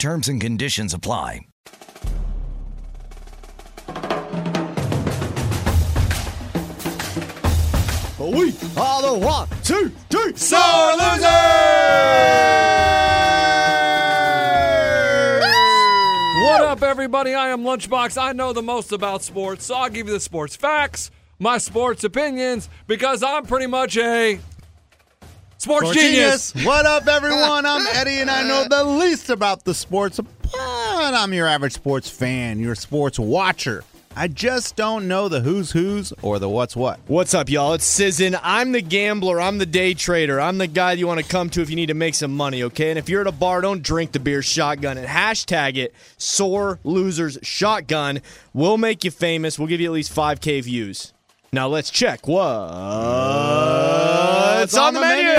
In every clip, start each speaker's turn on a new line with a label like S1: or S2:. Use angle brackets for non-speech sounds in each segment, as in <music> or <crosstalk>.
S1: Terms and conditions apply.
S2: We are the one, two, three,
S3: Sore losers!
S2: What up, everybody? I am Lunchbox. I know the most about sports, so I'll give you the sports facts, my sports opinions, because I'm pretty much a sports, genius.
S3: What up, everyone? I'm Eddie, and I know the least about the sports, but I'm your average sports fan, your sports watcher. I just don't know the who's who's or the what's what.
S4: What's up, y'all? It's Sizzin. I'm the gambler. I'm the day trader. I'm the guy you want to come to if you need to make some money, okay? And if you're at a bar, don't drink the beer shotgun and hashtag it sore losers shotgun. We'll make you famous. We'll give you at least 5K views. Now let's check what's on the menu.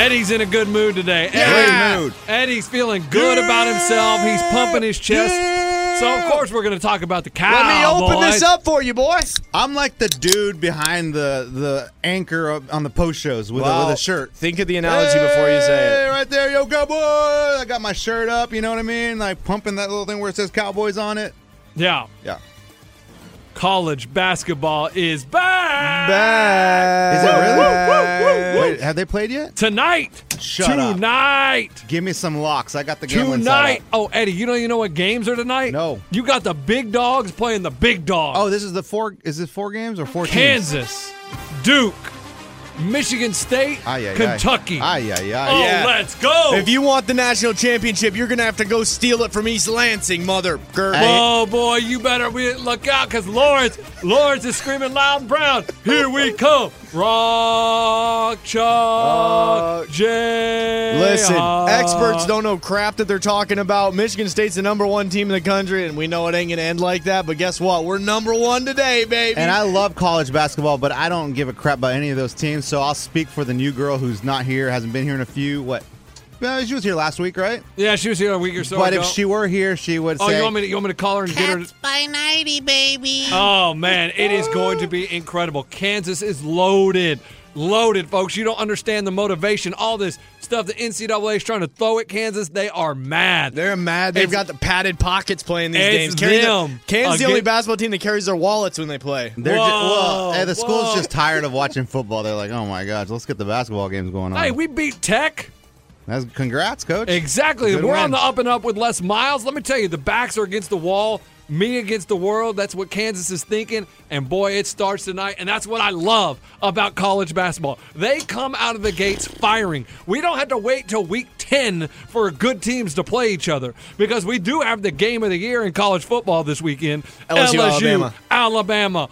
S2: Eddie's in a good mood today.
S3: Great mood.
S2: Eddie's feeling good about himself. He's pumping his chest. So, of course, we're going to talk about the
S4: Let me
S2: Cowboys.
S4: open this up for you, boys.
S3: I'm like the dude behind the the anchor up on the post shows with, a,
S4: Wow.
S3: with a shirt.
S4: Think of the analogy before you say
S3: Hey,
S4: it.
S3: right there, yo, cowboy! I got my shirt up. You know what I mean? Like pumping that little thing where it says Cowboys on it.
S2: Yeah.
S3: Yeah.
S2: College basketball is back.
S3: Is it really?
S2: Woo, woo, woo, woo.
S3: Wait, have they played yet?
S2: Tonight.
S3: Shut up.
S2: Tonight.
S3: Give me some locks. I got the gambling side
S2: Tonight. Oh, Eddie, you don't even know what games are tonight?
S3: No.
S2: You got the big dogs playing the big dogs.
S3: Oh, this is the four. Is it four games or four? teams?
S2: Kansas, Duke, Michigan State,
S3: Ay, ay, ay.
S2: Kentucky.
S3: Ay, ay, ay.
S2: Oh,
S4: Yeah.
S2: let's go.
S4: If you want the national championship, you're going to have to go steal it from East Lansing, mother. Gert.
S2: oh, boy, you better be, look out because Lawrence, Lawrence is screaming loud and proud. Here we come. Rock, Chuck,
S3: Uh,
S2: Jay.
S4: Listen, experts don't know crap that they're talking about. Michigan State's the number one team in the country, and we know it ain't going to end like that. But guess what? We're number one today, baby.
S3: And I love college basketball, but I don't give a crap about any of those teams. So I'll speak for the new girl who's not here, hasn't been here in a few. What? Well, she was here last week, right?
S2: Yeah, she was here a week or so
S3: but
S2: ago.
S3: if she were here, she would
S2: oh,
S3: say,
S2: you want, me to, you want me to call her and get her?
S5: by nighty, baby.
S2: Oh man, it is going to be incredible. Kansas is loaded. Loaded, folks. You don't understand the motivation. All this stuff the NCAA is trying to throw at Kansas, they are mad.
S4: they're mad. They've
S2: It's-
S4: got the padded pockets playing these
S2: It's
S4: games. Carry the-
S2: them.
S4: Kansas is the only
S2: Again-
S4: basketball team that carries their wallets when they play. <laughs>
S3: They're ju- well,
S2: Whoa,
S3: hey, the school's
S2: whoa.
S3: just tired of watching football. They're like, oh my gosh, let's get the basketball games going on.
S2: hey, we beat Tech.
S3: That's, congrats, coach.
S2: Exactly.
S3: Good
S2: We're
S3: win.
S2: on the up and up with Les Miles. Let me tell you, the backs are against the wall, me against the world. That's what Kansas is thinking. And boy, it starts tonight. And that's what I love about college basketball. They come out of the gates firing. We don't have to wait till week 10 for good teams to play each other because we do have the game of the year in college football this weekend
S4: LSU, Alabama.
S2: Alabama.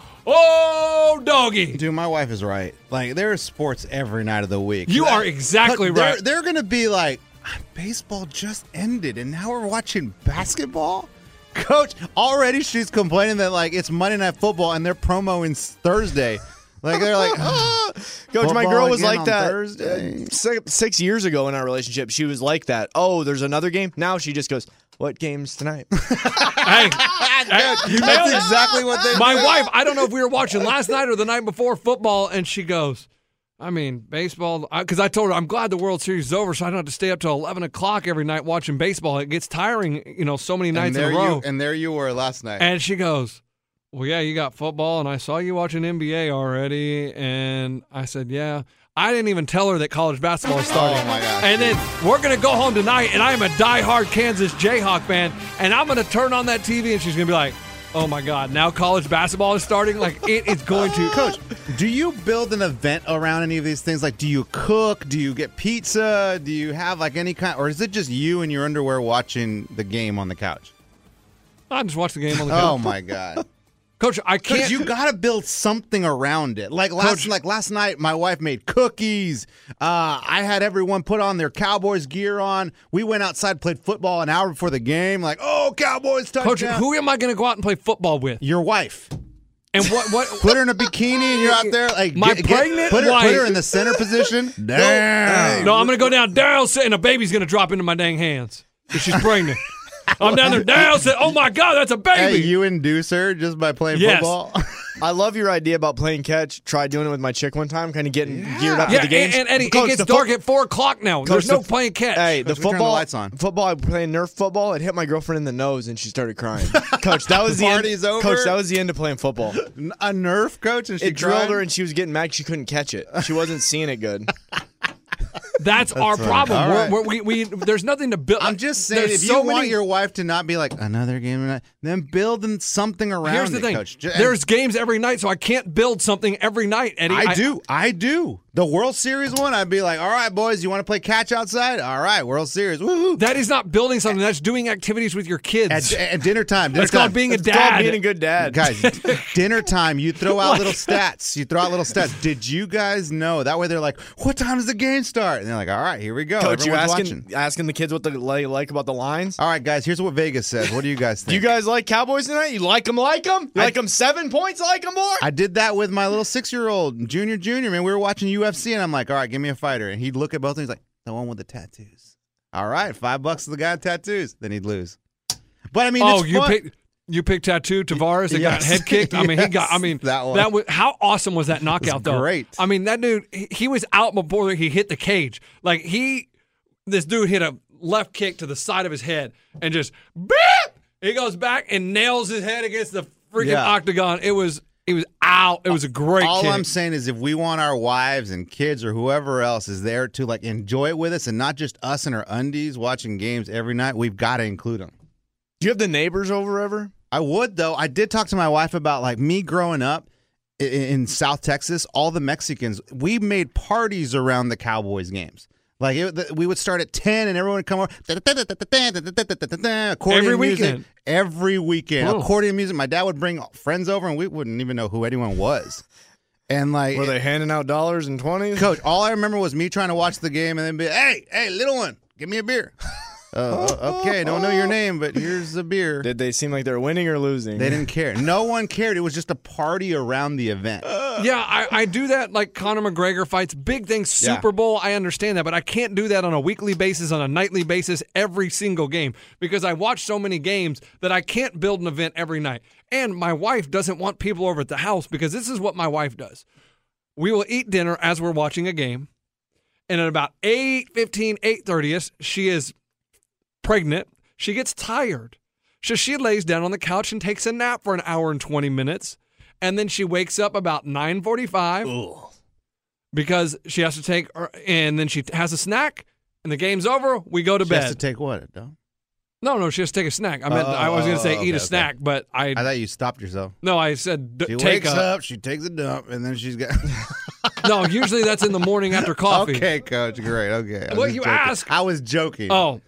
S2: Oh,
S3: <laughs>
S2: doggy.
S3: Dude, my wife is right. Like there is sports every night of the week.
S2: You
S3: Like,
S2: are exactly
S3: but they're-
S2: right.
S3: They're, gonna be like, "Ah, baseball just ended, and now we're watching basketball. <laughs> Coach, already she's complaining that like it's Monday Night Football and they're promoing s- Thursday. Like they're like, "Ah,
S4: Coach, my
S3: football
S4: girl was
S3: again
S4: like
S3: on
S4: that uh,
S3: Thursday.
S4: six, six years ago in our relationship. She was like that. Oh, there's another game. Now she just goes, "What games tonight?" <laughs>
S2: Hey, hey, you nailed
S3: That's
S2: it.
S3: exactly what they.
S2: My wife, I don't know if we were watching last night or the night before football, and she goes, I mean, baseball. Because I, told her I'm glad the World Series is over, so I don't have to stay up till 11 o'clock every night watching baseball. It gets tiring, you know, so many
S3: And
S2: <laughs> nights in
S3: there
S2: a row.
S3: you and there you were last night.
S2: And she goes, Well, yeah, you got football, and I saw you watching NBA already. And I said, Yeah. I didn't even tell her that college basketball was starting.
S3: <laughs> Oh, my gosh.
S2: And then we're going to go home tonight, and I'm a diehard Kansas Jayhawk fan, and I'm going to turn on that TV, and she's going to be like, Oh my God, now college basketball is starting? Like, it is going to.
S3: <laughs> Coach, do you build an event around any of these things? Like, do you cook? Do you get pizza? Do you have like any kind, or is it just you in your underwear watching the game on the couch?
S2: I just watched the game on the
S3: Oh
S2: couch.
S3: my god,
S2: Coach, I
S3: Coach,
S2: can't.
S3: you gotta build something around it. Like last,
S2: Coach-
S3: like last night, my wife made cookies. Uh, I had everyone put on their Cowboys gear on. We went outside, played football an hour before the game. Like, oh, Cowboys touchdown!
S2: Coach, who am I going to go out and play football with?
S3: Your wife.
S2: And what? what
S3: Put her in a bikini and you're out there like
S2: My pregnant
S3: put her, Put her
S2: wife.
S3: in the center
S2: <laughs>
S3: position. Damn.
S2: No, I'm gonna go down. Daryl said, and a baby's gonna drop into my dang hands. If she's
S3: <laughs>
S2: pregnant. I'm down there. Daryl said, "Oh my God, that's a
S3: Hey,
S2: baby."
S3: you induce her just by playing
S2: Yes. <laughs>
S3: football.
S4: I love your idea about playing catch. Try doing it with my chick one time, kind of getting geared up
S2: yeah,
S4: for the game.
S2: and, and Eddie, it gets dark at four o'clock now. There's no playing catch.
S4: Hey, the
S3: Coach, we turned the
S4: football
S3: lights on.
S4: Football, I playing Nerf football. It hit my girlfriend in the nose, and she started
S3: <laughs>
S4: crying. Coach, that was the,
S3: Party's
S4: end.
S3: over?
S4: Coach, that was the end of
S3: <laughs>
S4: playing football.
S3: a Nerf coach and she
S4: it drilled
S3: cried?
S4: her, and she was getting mad. She couldn't catch it. She wasn't seeing
S2: <laughs>
S4: it good.
S2: that's, our problem.
S3: All
S2: We're-
S3: right.
S2: we're- we we, there's nothing to build.
S3: I'm just saying,
S2: There's
S3: if
S2: so
S3: you want
S2: many-
S3: your wife to not be like another game, tonight," then build them something around
S2: here's the
S3: it,
S2: thing.
S3: coach. Ju- and
S2: There's games every night, so I can't build something every night. Eddie,
S3: I do, I do. The World Series one, I'd be like, all right, boys, you want to play catch outside? All right, World Series, woohoo!
S2: That is not building something. That's doing activities with your
S3: At,
S4: <laughs>
S2: kids.
S3: at dinner time, dinner
S2: That's called
S3: time.
S2: being a
S4: It's called
S2: dad.
S4: being a good dad.
S3: guys
S4: <laughs>
S3: dinner time you throw out little stats you throw out little stats did you guys know that way they're like what time does the game start and they're like all right here we go
S4: Coach, you
S3: Everyone's
S4: asking
S3: watching. Oh,
S4: asking the kids what they li- like about the lines.
S3: all right guys here's what vegas says what do you guys think
S4: Do <laughs> you guys like Cowboys tonight? You like them, like them? You like them seven points, like them more?
S3: I did that with my little six-year-old junior, junior man. We were watching UFC, and I'm like, "All right, give me a fighter." And he'd look at both, and he's like, "The one with the tattoos." All right, five bucks to the guy with tattoos. Then he'd lose. But I mean,
S2: oh,
S3: it's
S2: you
S3: fun.
S2: picked you picked tattoo Tavares that got
S3: Yes.
S2: head kicked. I mean, he got.
S3: <laughs>
S2: I mean,
S3: Yes, that one.
S2: That was how awesome was that knockout though?
S3: great.
S2: I mean, that dude. He, he was out before he hit the cage. Like he, this dude hit a left kick to the side of his head and just beep. He goes back and nails his head against the freaking
S3: Yeah.
S2: octagon. It was. It was out. It was a great.
S3: All
S2: kick.
S3: I'm saying is, if we want our wives and kids or whoever else is there to like enjoy it with us, and not just us in our undies watching games every night, we've got to include them.
S4: Do you have the neighbors over ever?
S3: I would though. I did talk to my wife about like me growing up i- in, in South Texas. All the Mexicans we made parties around the Cowboys games. Like it, th- we would start at ten, and everyone would come over. Accordion
S2: Every
S3: music.
S2: weekend.
S3: Every weekend,
S2: Whoa.
S3: accordion music. My dad would bring friends over, and we wouldn't even know who anyone was. And like,
S4: Were they handing out dollars and
S3: <laughs>
S4: twenties?
S3: coach, all I remember was me trying to watch the game, and then be, hey, hey, little one, give me a beer. <laughs> Uh, o- okay, don't know your name, but here's a beer.
S4: Did they seem like they're winning or losing?
S3: They didn't care. No one cared. It was just a party around the event.
S2: Yeah, I, I do that like Conor McGregor fights, big things,
S3: Yeah.
S2: Super Bowl. I understand that, but I can't do that on a weekly basis, on a nightly basis, every single game because I watch so many games that I can't build an event every night. And my wife doesn't want people over at the house because this is what my wife does. We will eat dinner as we're watching a game, and at about 8.15, 8.30ish, she is pregnant. She gets tired. So she lays down on the couch and takes a nap for an hour and 20 minutes. And then she wakes up about 9.45 because she has to take, her- and then she has a snack, and the game's over. We go to
S3: She
S2: bed.
S3: has to take what? No?
S2: no, no, she has to take a snack. I meant,
S3: Oh,
S2: I was going to say
S3: oh,
S2: eat
S3: okay,
S2: a
S3: okay.
S2: snack, but I,
S3: I thought you stopped yourself.
S2: no, I said d-
S3: She
S2: take
S3: wakes
S2: a,
S3: up, she takes a dump, and then she's
S2: <laughs>
S3: got. <laughs>
S2: No, usually that's in the morning after coffee.
S3: okay, coach, great. Okay. I was
S2: What
S3: just
S2: you
S3: joking.
S2: ask?
S3: I was joking.
S2: Oh,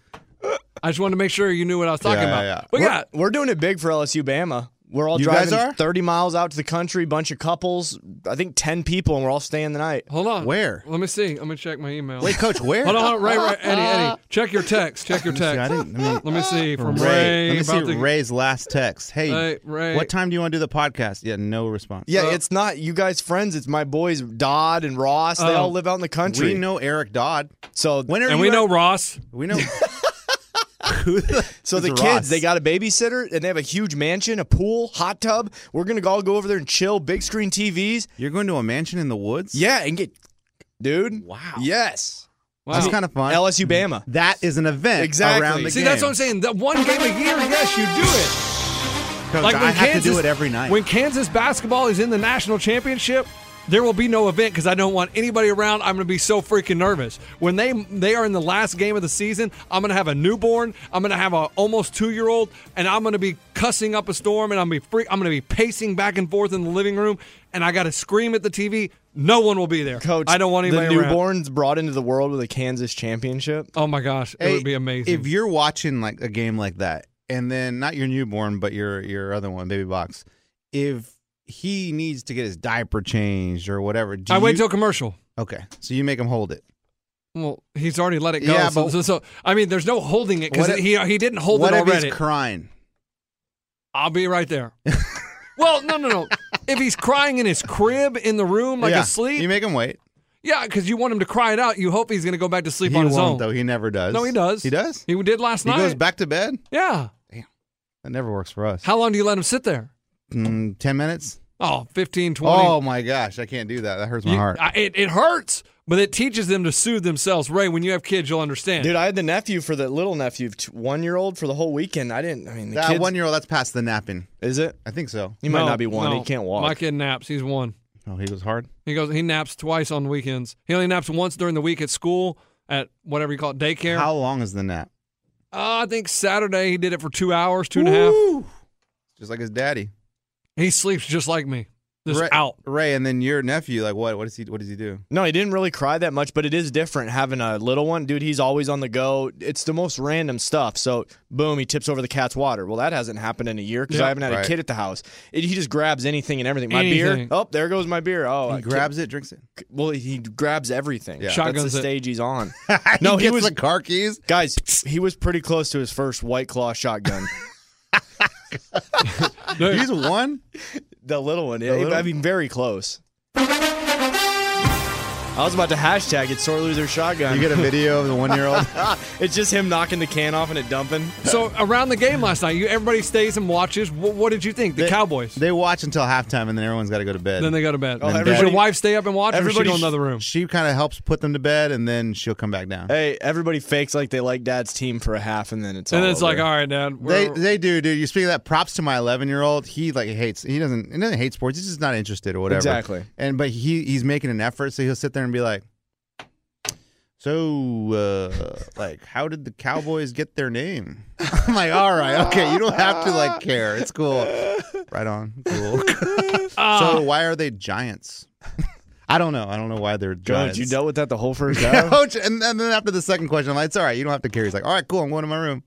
S2: I just wanted to make sure you knew what I was talking
S3: Yeah,
S2: about.
S3: yeah.
S2: But
S4: We're,
S2: yeah,
S4: we're doing it big for LSU Bama. We're all
S3: You guys
S4: driving
S3: are?
S4: 30 miles out to the country, bunch of couples, I think 10 people, and we're all staying the night.
S2: hold on.
S3: Where?
S2: Let me see. Let me check my email.
S3: Wait, coach, where?
S2: Hold on, hold on, Ray, Ray, Eddie,
S3: <laughs>
S2: Eddie, check your text. Check your
S3: Let me see, I
S2: text.
S3: didn't- I mean-
S2: Let me see from Ray.
S3: Ray. Let me see
S2: about the-
S3: Ray's last text. Hey,
S2: Hey, Ray.
S3: what time do you want to do the podcast? Yeah, no response.
S4: Yeah,
S2: Uh,
S4: it's not you guys' friends. It's my boys, Dodd and Ross. They
S2: Oh.
S4: all live out in the
S3: we
S4: country.
S3: know Eric Dodd.
S4: So,
S3: When are
S2: And
S3: you
S2: we
S3: at-
S2: know Ross.
S3: We
S2: <laughs>
S3: know. <laughs> Who the-
S4: so the
S3: it's
S4: kids,
S3: Ross.
S4: they got a babysitter, and they have a huge mansion, a pool, hot tub. We're going to all go over there and chill, big screen TVs.
S3: You're going to a mansion in the woods?
S4: Yeah, and get dude.
S3: Wow.
S4: Yes.
S3: That's kind of fun.
S4: LSU Bama.
S3: that is an event
S4: Exactly.
S3: around the
S2: See,
S3: game.
S2: that's what I'm saying. That one game a year, yes, you do it.
S3: Coach,
S2: Like when
S3: I have
S2: Kansas,
S3: to do it every night.
S2: When Kansas basketball is in the national championship, there will be no event because I don't want anybody around. I'm going to be so freaking nervous. When they they are in the last game of the season, I'm going to have a newborn. I'm going to have a almost two year old, and I'm going to be cussing up a storm. And I'm gonna be freak. I'm going to be pacing back and forth in the living room, and I got to scream at the TV. No one will be there.
S4: Coach,
S2: I don't want
S4: the
S2: anybody around.
S4: newborns brought into the world with a Kansas championship.
S2: Oh my gosh, it
S3: Hey,
S2: would be amazing.
S3: If you're watching like a game like that, and then not your newborn, but your your other one, baby box, if he needs to get his diaper changed or whatever, do
S2: I wait
S3: you-
S2: till commercial.
S3: okay. So you make him hold it.
S2: Well, he's already let it go.
S3: Yeah,
S2: so,
S3: but-
S2: so, so- I mean, there's no holding it because
S3: What if-
S2: he he didn't hold
S3: what
S2: it
S3: if
S2: already.
S3: he's crying?
S2: I'll be
S3: <laughs>
S2: right there. well, no, no, no. If he's crying in his crib in the room like
S3: yeah.
S2: asleep,
S3: You make him wait.
S2: yeah, because you want him to cry it out. You hope he's going to go back to sleep
S3: he
S2: on his
S3: won't
S2: own.
S3: though. He never does.
S2: No, he does.
S3: He does.
S2: He did last
S3: He
S2: night.
S3: goes back to bed.
S2: Yeah.
S3: That never works for us.
S2: How long do you let him sit there?
S3: Mm, Ten minutes.
S2: Oh, 15, 20.
S3: Oh my gosh, I can't do that. That hurts my
S2: You-
S3: heart.
S2: I- it, it hurts, but it teaches them to soothe themselves. Ray, when you have kids, you'll understand.
S4: Dude, I had the nephew for the little nephew, one year old for the whole weekend. I didn't. I mean, the
S3: that
S4: kids,
S3: one year old that's past the napping.
S4: is it?
S3: I think so.
S4: He might
S2: No,
S4: not be one.
S2: no.
S4: He can't walk.
S2: My kid naps. He's one.
S3: Oh, he goes hard.
S2: He goes. He naps twice on weekends. He only naps once during the week at school at whatever you call it, daycare.
S3: How long is the nap?
S2: Uh, I think Saturday he did it for two hours, two and a half.
S3: Just like his daddy.
S2: He sleeps just like me. Just
S3: Ray,
S2: out.
S3: Ray, and then your nephew, like what? What does he? What does he do?
S4: No, he didn't really cry that much, but it is different having a little one. Dude, he's always on the go. It's the most random stuff. So, boom, he tips over the cat's water. Well, that hasn't happened in a year because
S2: Yeah.
S4: I haven't had
S3: Right.
S4: a kid at the house. It, he just grabs anything and everything. My
S2: Anything.
S4: beer. Oh, there goes my beer. Oh, I
S3: he grabs it, drinks it. <laughs>
S4: can't- Well, he grabs everything.
S3: Yeah.
S2: Shotguns
S4: That's the
S2: it.
S4: stage
S2: <laughs>
S4: he's on. no, he
S3: gets
S4: was
S3: the car keys.
S4: guys. He was pretty close to his first White Claw shotgun.
S2: Dude, <laughs>
S3: He's one.
S4: <laughs> the little one. Yeah,
S3: little-
S4: I mean, very close. I was about to hashtag it. Sore loser shotgun.
S3: You get a video of the one year old.
S4: it's just him knocking the can off and it dumping.
S2: so around the game last night, you everybody stays and watches. Wh- what did you think? The
S3: They-
S2: Cowboys.
S3: <laughs> They watch until halftime, and then everyone's got to go to bed.
S2: then they go to bed.
S4: Oh,
S2: Does your
S4: everybody-
S2: wife stay up and watch, or does she go
S4: everybody's-
S2: in another room?
S3: She kind of helps put them to bed, and then she'll come back down.
S4: Hey, everybody fakes like they like dad's team for a half, and then it's
S2: And
S4: all
S2: then it's
S4: over.
S2: like, all right, Dad.
S3: Oh, They
S2: we're-
S3: they do, dude. You speak of that. Props to my 11 year old. He like hates. He doesn't. He doesn't hate sports. He's just not interested or whatever.
S4: Exactly.
S3: And but he he's making an effort, so he'll sit there and be like, "So, uh, like, how did the Cowboys get their name?" <laughs> I'm like, "All right, okay. You don't have to like care. It's cool. Right on. Cool. <laughs> so why are they giants? <laughs> I don't know. I don't know why they're
S4: Coach,
S3: giants.
S4: you dealt with that the whole <laughs>
S3: <laughs>
S4: first half.
S3: Coach, and, and then after the second question, I'm like, it's all right. You don't have to care. He's like, all right, cool. I'm going to my room.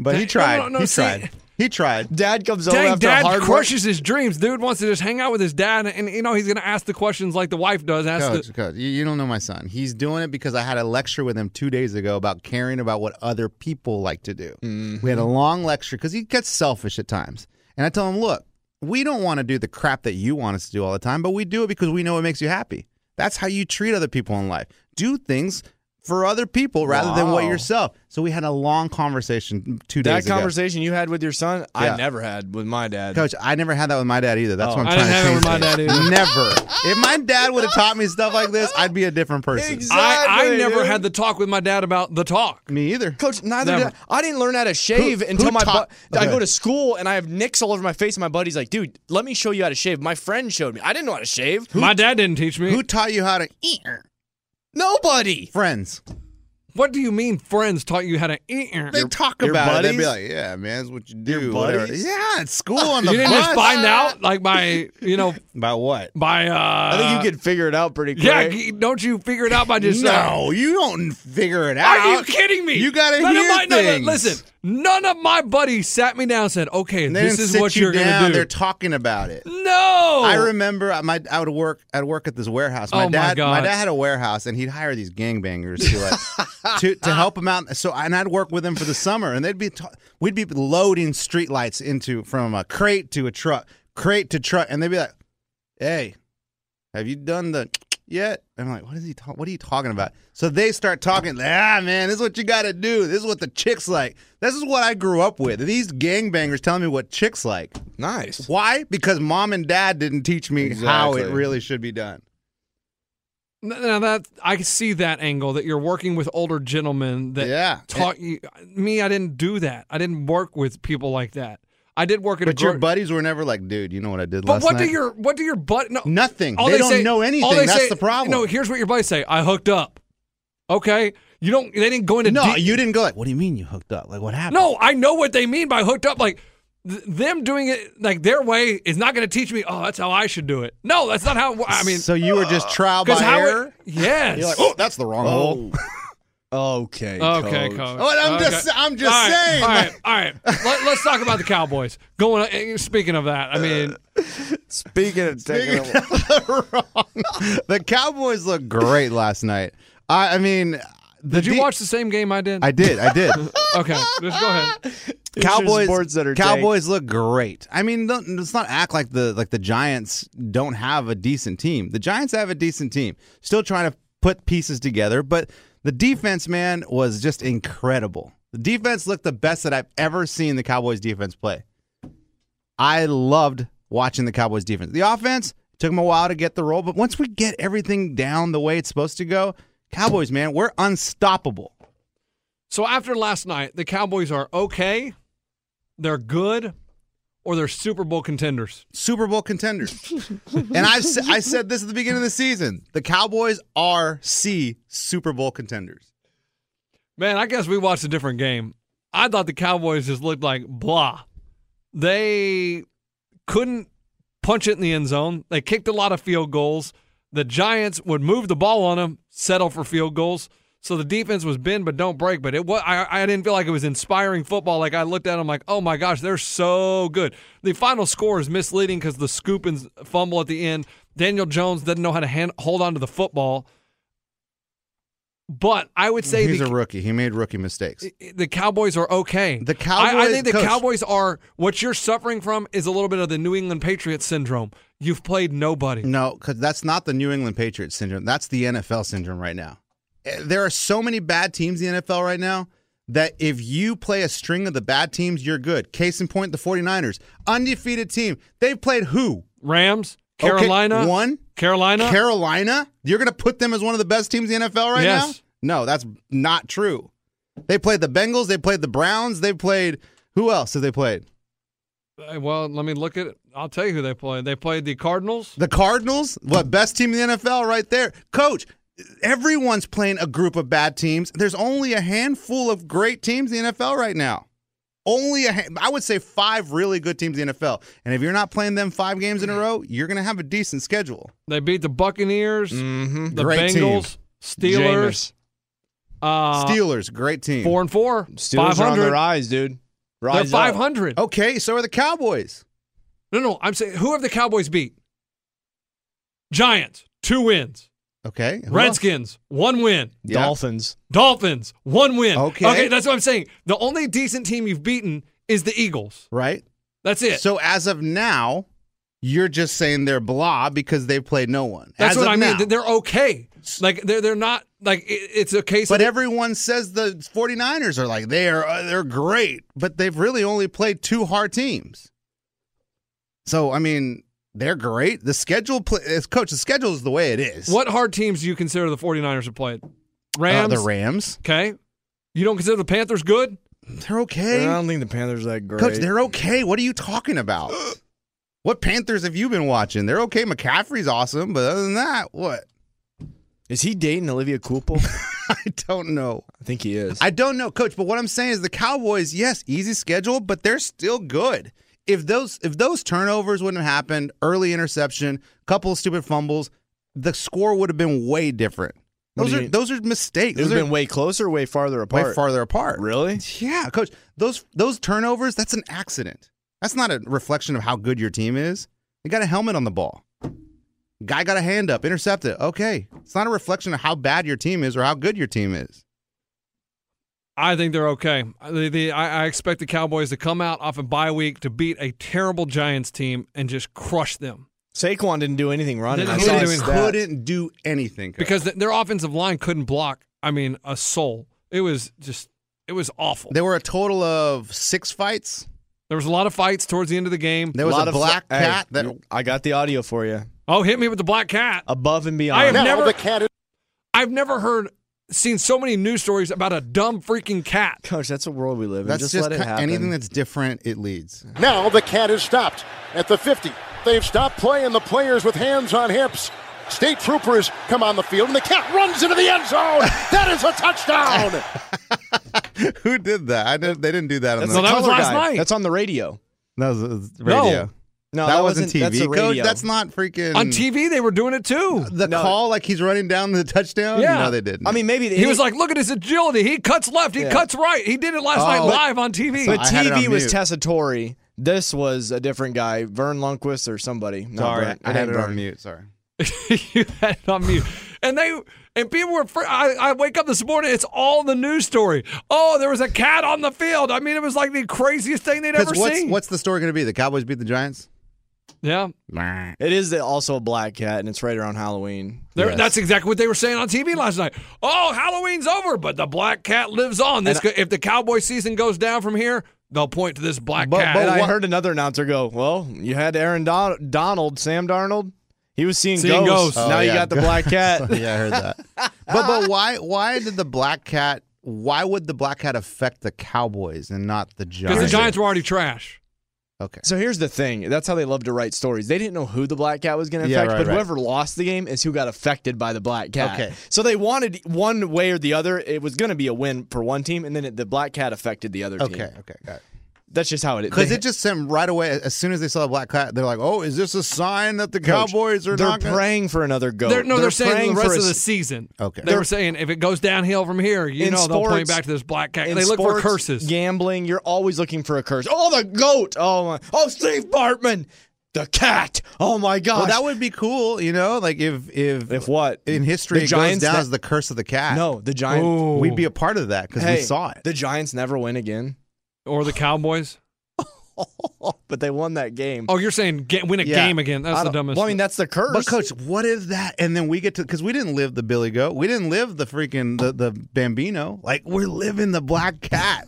S3: But he
S2: <laughs> No,
S3: tried.
S2: no, no,
S3: he
S2: see-
S3: tried. He
S2: <laughs>
S3: tried.
S4: Dad comes over
S2: Dang,
S4: after a
S2: Dad
S4: hard
S2: crushes his dreams. Dude wants to just hang out with his dad, and you know he's gonna ask the questions like the wife does. Ask
S3: Coach,
S2: the,
S3: coach, you, you don't know my son. He's doing it because I had a lecture with him two days ago about caring about what other people like to do. We had a
S2: Mm-hmm.
S3: long lecture because he gets selfish at times. And I told him, look, we don't want to do the crap that you want us to do all the time, but we do it because we know it makes you happy. That's how you treat other people in life. Do things for other people rather than what
S4: Wow.
S3: yourself. So we had a long conversation two
S4: That
S3: days ago.
S4: conversation you had with your son,
S3: Yeah.
S4: I never had with my dad.
S3: Coach, I never had that with my dad either. That's
S4: Oh.
S3: what I'm
S2: I
S3: trying
S2: didn't have it with
S3: to
S2: my
S3: change.
S2: dad
S3: things.
S2: either.
S3: Never. If my dad would have taught me stuff like this, I'd be a different person.
S4: Exactly.
S2: I, I
S4: Exactly,
S2: never
S4: dude.
S2: had the talk with my dad about the talk.
S3: Me either.
S4: Coach, neither
S2: Never.
S4: did I. I didn't learn how to shave
S3: Who-
S4: until
S3: who
S4: my
S3: taught-
S4: bu- I
S3: Okay.
S4: go to school and I have nicks all over my face. And my buddy's like, "Dude, let me show you how to shave." My friend showed me. I didn't know how to shave.
S2: my dad didn't teach me.
S3: Who taught you how to eat?
S4: Nobody.
S3: Friends.
S2: what do you mean? Friends taught you how to eh, eat?
S3: They talk
S4: your
S3: about it. They'd be
S4: buddies?
S3: like, "Yeah, man, that's what you do." whatever."
S4: buddies?
S3: Yeah, at school
S2: <laughs>
S3: on the
S2: You didn't
S3: bus.
S2: just find out like by you know
S3: about what?
S2: by uh
S4: I think you could figure it out pretty quick.
S2: Yeah, g- don't you figure it out by just uh,
S3: no, you don't figure it out.
S2: Are you kidding me?
S3: You gotta
S2: none
S3: hear
S2: of my, none of-
S3: things.
S2: listen, none of my buddies sat me down and said, "Okay,
S3: And they
S2: this
S3: didn't
S2: is
S3: sit
S2: what
S3: you
S2: are
S3: down.
S2: gonna do."
S3: They're talking about it.
S2: no,
S3: I remember I- my I would work I'd work at this warehouse. My
S2: Oh, my
S3: dad
S2: God.
S3: dad had a warehouse and he'd hire these gangbangers to like to, to help him out. So and I'd work with them for the summer and they'd be ta- we'd be loading streetlights into from a crate to a truck, crate to truck, and they'd be like, "Hey, have you done the yet?" And I'm like, "What is he? Ta- what are you talking about?" So they start talking. Ah, man, this is what you got to do. This is what the chicks like. This is what I grew up with. These gangbangers telling me what chicks like.
S4: Nice.
S3: Why? Because mom and dad didn't teach me how it
S4: Exactly.
S3: really should be done.
S2: Now that I see that angle that you're working with older gentlemen that
S3: Yeah.
S2: taught you me, I didn't do that. I didn't work with people like that. I did work at a
S3: But your
S2: gro-
S3: buddies were never like, dude, you know what I did
S2: But
S3: last
S2: what
S3: night?
S2: do your what do your butt? No,
S3: Nothing.
S2: all
S3: They don't
S2: say-
S3: know
S2: all
S3: anything.
S2: they
S3: That's
S2: say-
S3: the problem.
S2: No, here's what your buddies say. I hooked up. Okay, you don't. They didn't go into.
S3: No,
S2: de-
S3: you didn't go like, what do you mean you hooked up? Like, what happened?
S2: No, I know what they mean by hooked up. Like th- them doing it like their way is not going to teach me. Oh, that's how I should do it. No, that's not how. I mean,
S3: so you were just trial by
S2: because how?
S3: error?
S2: It, yes.
S3: Uh, <gasps> You're like, oh, that's the wrong hole.
S4: Okay.
S2: <laughs> Okay,
S4: coach.
S3: Well,
S2: coach.
S3: Oh, I'm
S2: Okay.
S3: just- I'm just
S2: All right,
S3: saying,
S2: All right,
S3: like-
S2: all right. Let, us talk about the Cowboys. Going. eh, Speaking of that, I
S3: Uh,
S2: mean,
S4: Speaking of taking a-
S3: <laughs> the Cowboys looked great last night. I, I mean, the
S2: did you
S3: de-
S2: watch the same game I did?
S3: I did. I did. <laughs>
S2: okay, just go ahead.
S3: Cowboys.
S4: Sports Center take.
S3: Cowboys look great. I mean, don't- let's not act like the like the Giants don't have a decent team. The Giants have a decent team. Still trying to put pieces together, but the defense, man, was just incredible. The defense looked the best that I've ever seen the Cowboys defense play. I loved watching the Cowboys defense. The offense took them a while to get the roll, but once we get everything down the way it's supposed to go, Cowboys, man, we're unstoppable.
S2: So after last night, the Cowboys are okay. They're good, or they're Super Bowl contenders.
S3: Super Bowl contenders. and I've sa- I said this at the beginning of the season. The Cowboys are C Super Bowl contenders.
S2: Man, I guess we watched a different game. I thought the Cowboys just looked like blah. They couldn't punch it in the end zone. They kicked a lot of field goals. The Giants would move the ball on them, settle for field goals. So the defense was bend but don't break. But it was I, I didn't feel like it was inspiring football. Like I looked at them like, oh my gosh, they're so good. The final score is misleading because the scoop and fumble at the end. Daniel Jones doesn't know how to hand, hold on to the football. But I would say
S3: He's
S2: the,
S3: a rookie. He made rookie mistakes.
S2: the Cowboys are okay.
S3: The
S2: I, I
S3: Cowboys-
S2: think the
S3: Coach.
S2: Cowboys are what you're suffering from is a little bit of the New England Patriots syndrome. You've played nobody.
S3: No, because that's not the New England Patriots syndrome. That's the NFL syndrome right now. Eh, There are so many bad teams in the NFL right now that if you play a string of the bad teams, you're good. Case in point, the 49ers. Undefeated team. They've played who?
S2: Rams,
S3: Okay,
S2: Carolina,
S3: one.
S2: Carolina.
S3: Carolina? You're going to put them as one of the best teams in the NFL right
S2: Yes.
S3: now? No, that's not true. They played the Bengals. They played the Browns. They played. Who else have they played?
S2: Uh, well, let me look at it. I'll tell you who they played. They played the Cardinals.
S3: The Cardinals? What, best team in the NFL right there? Coach, everyone's playing a group of bad teams. There's only a handful of great teams in the NFL right now. Only a, ha- I would say five really good teams in the NFL. And if you're not playing them five games in a row, you're going to have a decent schedule.
S2: They beat the Buccaneers,
S4: Mhm.
S2: the
S3: Mm, Great team.
S2: Bengals, Steelers,
S4: Jameis.
S2: uh,
S3: Steelers, great team.
S2: four and four,
S4: Steelers are on the
S2: 500.
S4: rise, dude.
S2: They're
S4: Rise up.
S2: 500.
S3: Okay, so are the Cowboys.
S2: No, no, I'm saying who have the Cowboys beat? Giants, two wins.
S3: Okay. who else?
S2: Redskins, one win.
S3: Yeah.
S4: Dolphins.
S2: Dolphins, one win.
S3: Okay.
S2: Okay, that's what I'm saying. The only decent team you've beaten is the Eagles.
S3: right?
S2: That's it.
S3: So as of now, you're just saying they're blah because they played no one.
S2: that's
S3: As
S2: what
S3: of
S2: I mean.
S3: now.
S2: Th- They're okay. Like they're they're not like it, it's a case
S3: but
S2: of
S3: everyone says the 49ers are like they are uh, they're great, but they've really only played two hard teams. So I mean, they're great. The schedule, pl- as coach, the schedule is the way it is.
S2: what hard teams do you consider the 49ers have played?
S3: Uh,
S2: Rams.
S3: the Rams?
S2: Okay. You don't consider the Panthers good?
S3: They're
S4: I
S3: okay,
S4: don't think the Panthers are that great.
S3: coach. They're okay. What are you talking
S2: <gasps>
S3: about? what Panthers have you been watching? They're okay. McCaffrey's awesome, but other than that, what?
S4: Is he dating Olivia <laughs> Coopel?
S3: I don't know.
S4: I think he is.
S3: I don't know, coach, but what I'm saying is the Cowboys, yes, easy schedule, but they're still good. If those if those turnovers wouldn't have happened, early interception, couple of stupid fumbles, the score would have been way different.
S4: What
S3: Those
S4: do you
S3: are
S4: mean?
S3: those are mistakes.
S4: They've
S3: those are
S4: been way closer, way farther apart.
S3: way farther apart.
S4: Really?
S3: Yeah, coach. Those those turnovers, that's an accident. That's not a reflection of how good your team is. You got a helmet on the ball. Guy got a hand up, intercept it. Okay. It's not a reflection of how bad your team is or how good your team is.
S2: I think they're okay. The, the, I, I expect the Cowboys to come out off a bye week to beat a terrible Giants team and just crush them
S4: Saquon didn't do anything running.
S2: They
S4: I
S2: couldn't
S4: saw
S2: do
S4: his
S2: anything.
S4: stat.
S3: couldn't do anything. Coach.
S2: because th- their offensive line couldn't block. I mean, a soul. It was just it was awful.
S3: There were a total of six fights.
S2: There was a lot of fights towards the end of the game.
S3: There was
S4: Lot
S3: a
S4: of
S3: black
S4: fl- Hey,
S3: cat that
S4: you- I got the audio for you.
S2: Oh, hit me with the black cat.
S4: Above and
S2: I have
S4: beyond.
S2: never
S6: the cat is
S2: I've never heard seen so many news stories about a dumb freaking cat.
S4: Coach, that's the world we live in.
S3: That's
S4: just,
S3: just,
S4: let it
S3: ki-
S4: happen.
S3: anything that's different, it leads.
S6: Now the cat is stopped at the 50. They've stopped playing the players with hands on hips. State troopers come on the field, and the cat runs into the end zone. That is a touchdown.
S3: <laughs> Who did that? I did, they didn't do that on
S4: that's
S3: the
S2: No, that was
S4: color
S2: last
S4: guy.
S2: night.
S4: That's on the radio.
S3: that was, that was
S2: No.
S3: radio.
S4: No,
S3: that, wasn't TV.
S4: That's the
S3: Coach,
S4: radio.
S3: that's not freaking
S2: On TV, they were doing it too.
S3: The
S4: No.
S3: call, like he's running down the touchdown.
S2: Yeah.
S3: no, they didn't.
S4: I mean, maybe
S2: He was like, "Look at his agility. He cuts left. He
S4: Yeah.
S2: cuts right. He did it last night
S3: Oh, but-
S2: live on TV."
S4: But
S3: I had it
S4: TV
S3: on
S4: was
S3: mute.
S4: Tessitore. This was a different guy, Vern Lundquist or somebody. Not
S3: sorry,
S4: Vern.
S3: I had it on mute. Sorry.
S2: <laughs> you had it on mute. And they and people were. fr- I, I wake up this morning. It's all the news story. Oh, there was a cat on the field. I mean, it was like the craziest thing they'd ever
S3: Because what's
S2: seen.
S3: what's the story going to be? The Cowboys beat the Giants.
S2: yeah,
S4: It is also a black cat, and it's right around Halloween.
S2: They're-
S3: Yes.
S2: that's exactly what they were saying on TV last night. Oh, Halloween's over, but the black cat lives on. This co- if the cowboy season goes down from here, they'll point to this black cat.
S4: and I
S3: what-
S4: heard another announcer go, "Well, you had Aaron Don- Donald, Sam Darnold. He was seeing,
S2: Seeing
S4: ghosts.
S2: ghosts.
S3: Oh,
S4: now you
S3: yeah,
S4: got the
S3: <laughs>
S4: black cat.
S3: yeah, I heard that. but but why why did the black cat? Why would the black cat affect the Cowboys and not the Giants?
S2: Because the Giants were already trash.
S3: okay.
S4: so here's the thing. That's how they love to write stories. They didn't know who the black cat was going to
S3: Yeah,
S4: affect,
S3: right,
S4: but
S3: right.
S4: whoever lost the game is who got affected by the black cat.
S3: Okay.
S4: So they wanted one way or the other. It was going to be a win for one team, and then it, the black cat affected the other team.
S3: Okay. Okay. Got it.
S4: That's just how it is.
S3: Because
S4: They-
S3: it just sent right away. As soon as they saw the black cat, they're like, "Oh, is this a sign that the
S4: Coach,
S3: Cowboys are
S4: they're
S3: not?" gonna-
S4: praying for another goat.
S2: They're, no, they're, saying
S4: praying
S2: the rest
S4: for a
S2: of the
S4: s-
S2: season.
S3: Okay.
S2: They were saying if it goes downhill from here, you
S4: In
S2: know they'll point
S4: sports-
S2: back to this black cat.
S4: in
S2: They look
S4: sports,
S2: for curses.
S4: Gambling, you're always looking for a curse. Oh, the goat. Oh my. Oh, Steve Bartman, the cat. Oh my
S3: Well,
S4: gosh.
S3: that would be cool, you know. Like if if
S4: If what?
S3: in history
S4: The
S3: it goes
S4: Giants
S3: down
S4: that-
S3: as the curse of the cat.
S4: no, the Giants.
S2: Ooh.
S3: we'd be a part of that because we
S4: Hey,
S3: saw it.
S4: The Giants never win <laughs> again,
S2: or the Cowboys.
S4: Oh, but they won that game.
S2: Oh, you're saying get, win a
S3: Yeah.
S2: game again? That's
S4: I
S2: the
S4: don't-
S2: dumbest.
S4: Well, I mean, that's the curse.
S3: But coach, what if that? And then we get to because we didn't live the Billy Goat, we didn't live the freaking the the Bambino. Like we're living the black
S4: <laughs>
S3: cat.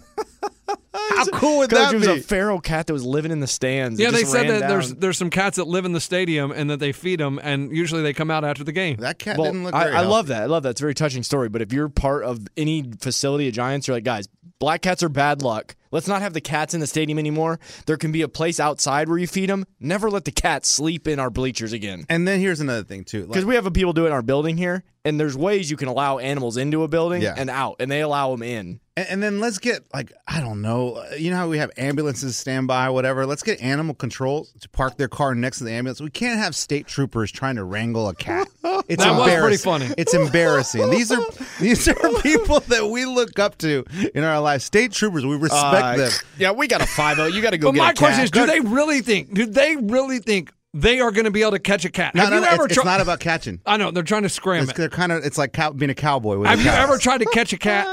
S3: How cool would
S4: Coach,
S3: that
S4: it was
S3: be?
S4: a feral cat that was living in the stands. It
S2: yeah, they
S4: just
S2: said
S4: ran
S2: that there's
S4: down.
S2: there's some cats that live in the stadium and that they feed them, and usually they come out after the game.
S3: that cat
S4: Well,
S3: didn't look.
S4: I,
S3: very
S4: I love
S3: healthy.
S4: that. I love that. It's a very touching story. But if you're part of any facility of Giants, you're like, guys, black cats are bad luck. Let's not have the cats in the stadium anymore. There can be a place outside where you feed them. Never let the cats sleep in our bleachers again.
S3: And then here's another thing too. Like,
S4: Because we have people do it in our building here, and there's ways you can allow animals into a building
S3: Yeah.
S4: and out, and they allow them in.
S3: and, and then let's get like I don't know. uh, You know how we have ambulances stand by, whatever. Let's get animal control to park their car next to the ambulance. We can't have state troopers trying to wrangle a
S2: <laughs>
S3: cat. It's
S2: That was pretty
S3: embarrassing.
S2: funny.
S3: It's embarrassing. These are these are <laughs> people that we look up to in our lives. State troopers, we respect
S4: Uh,
S3: them.
S4: Yeah, we got a five zero. You got to go.
S2: But
S4: get
S2: my
S4: a
S2: question
S4: cat.
S2: is, do they really think? Do they really think they are going to be able to catch a cat?
S3: No,
S2: Have
S3: no,
S2: you
S3: no,
S2: ever
S3: it's,
S2: tri-
S3: it's not about catching.
S2: I know they're trying to scram
S3: It's
S2: it.
S3: they're kind of it's like cow, being a cowboy. With
S2: Have
S3: a
S2: you
S3: cat.
S2: ever tried to catch a
S4: <laughs>
S2: cat?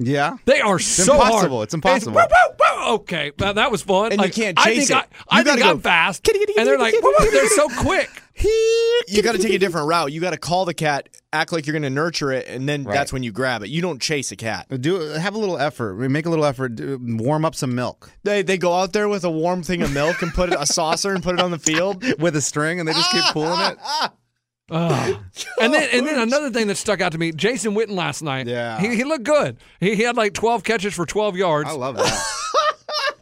S3: Yeah.
S2: They are so
S3: impossible.
S2: hard.
S3: It's impossible.
S2: woo, woo, woo. Okay, now that was fun.
S4: And you
S2: Like,
S4: can't
S2: I
S4: chase
S2: think
S4: it.
S2: I, I
S4: You gotta
S2: think
S4: go,
S2: I'm fast,
S4: kitty, kitty,
S2: and they're like,
S4: kitty,
S2: woo, woo,
S4: kitty,
S2: they're so quick.
S4: <laughs> You got to take a different route. You got to call the cat, act like you're going to nurture it, and then that's when you grab it. You don't chase a cat.
S3: Do have a little effort. Make a little effort. Do, warm up some milk <laughs>
S4: They they go out there with a warm thing of milk and put it a saucer and put it on the <laughs> field.
S3: with a string, and they just keep pulling it.
S2: Ugh. and then and then another thing that stuck out to me, Jason Witten last night.
S3: Yeah.
S2: he, he looked good. He, he had like 12 catches for 12 yards.
S3: I
S2: I,
S3: love that,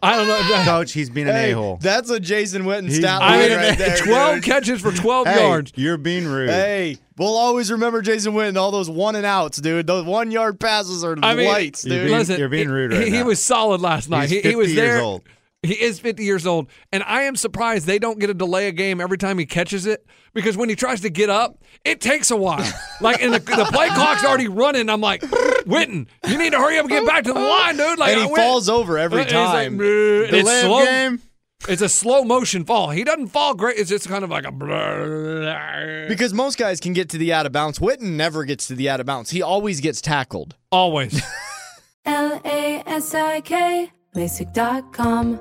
S2: don't know. if
S4: <laughs>
S2: that-
S3: coach. He's being an a hole.
S4: that's a Jason Witten
S3: He's
S4: stat
S2: I
S4: line
S2: mean,
S4: <laughs>
S3: Witten
S2: <laughs>
S4: right there.
S2: 12
S4: dude.
S2: catches for 12 yards.
S3: you're being rude.
S4: Hey, we'll always remember Jason Witten. All those one and outs, dude. Those one yard passes are
S2: I mean,
S4: lights,
S3: You're
S4: dude.
S3: being-
S2: Listen,
S3: you're being
S2: he-
S3: rude
S2: he,
S3: right
S2: he
S3: now.
S2: was solid last night.
S3: He's
S2: he, he was
S3: 50 years
S2: there.
S3: old.
S2: He is 50 years old, and I am surprised they don't get to delay a game every time he catches it because when he tries to get up, it takes
S3: <laughs>
S2: a while. like, and the, the play clock's already running. I'm like, Witten, you need to hurry up and get back to the line, dude. Like,
S4: and
S2: I
S4: he
S2: went-
S4: falls over every
S2: And he's like,
S4: time.
S2: "Bleh," and it's
S3: Delay of
S2: slow.
S3: game.
S2: It's a slow motion fall. He doesn't fall great. It's just kind of like a. bleh.
S4: because most guys can get to the out of bounds. Witten never gets to the out of bounds. He always gets tackled.
S2: Always.
S7: L A S I K, LASIK.com.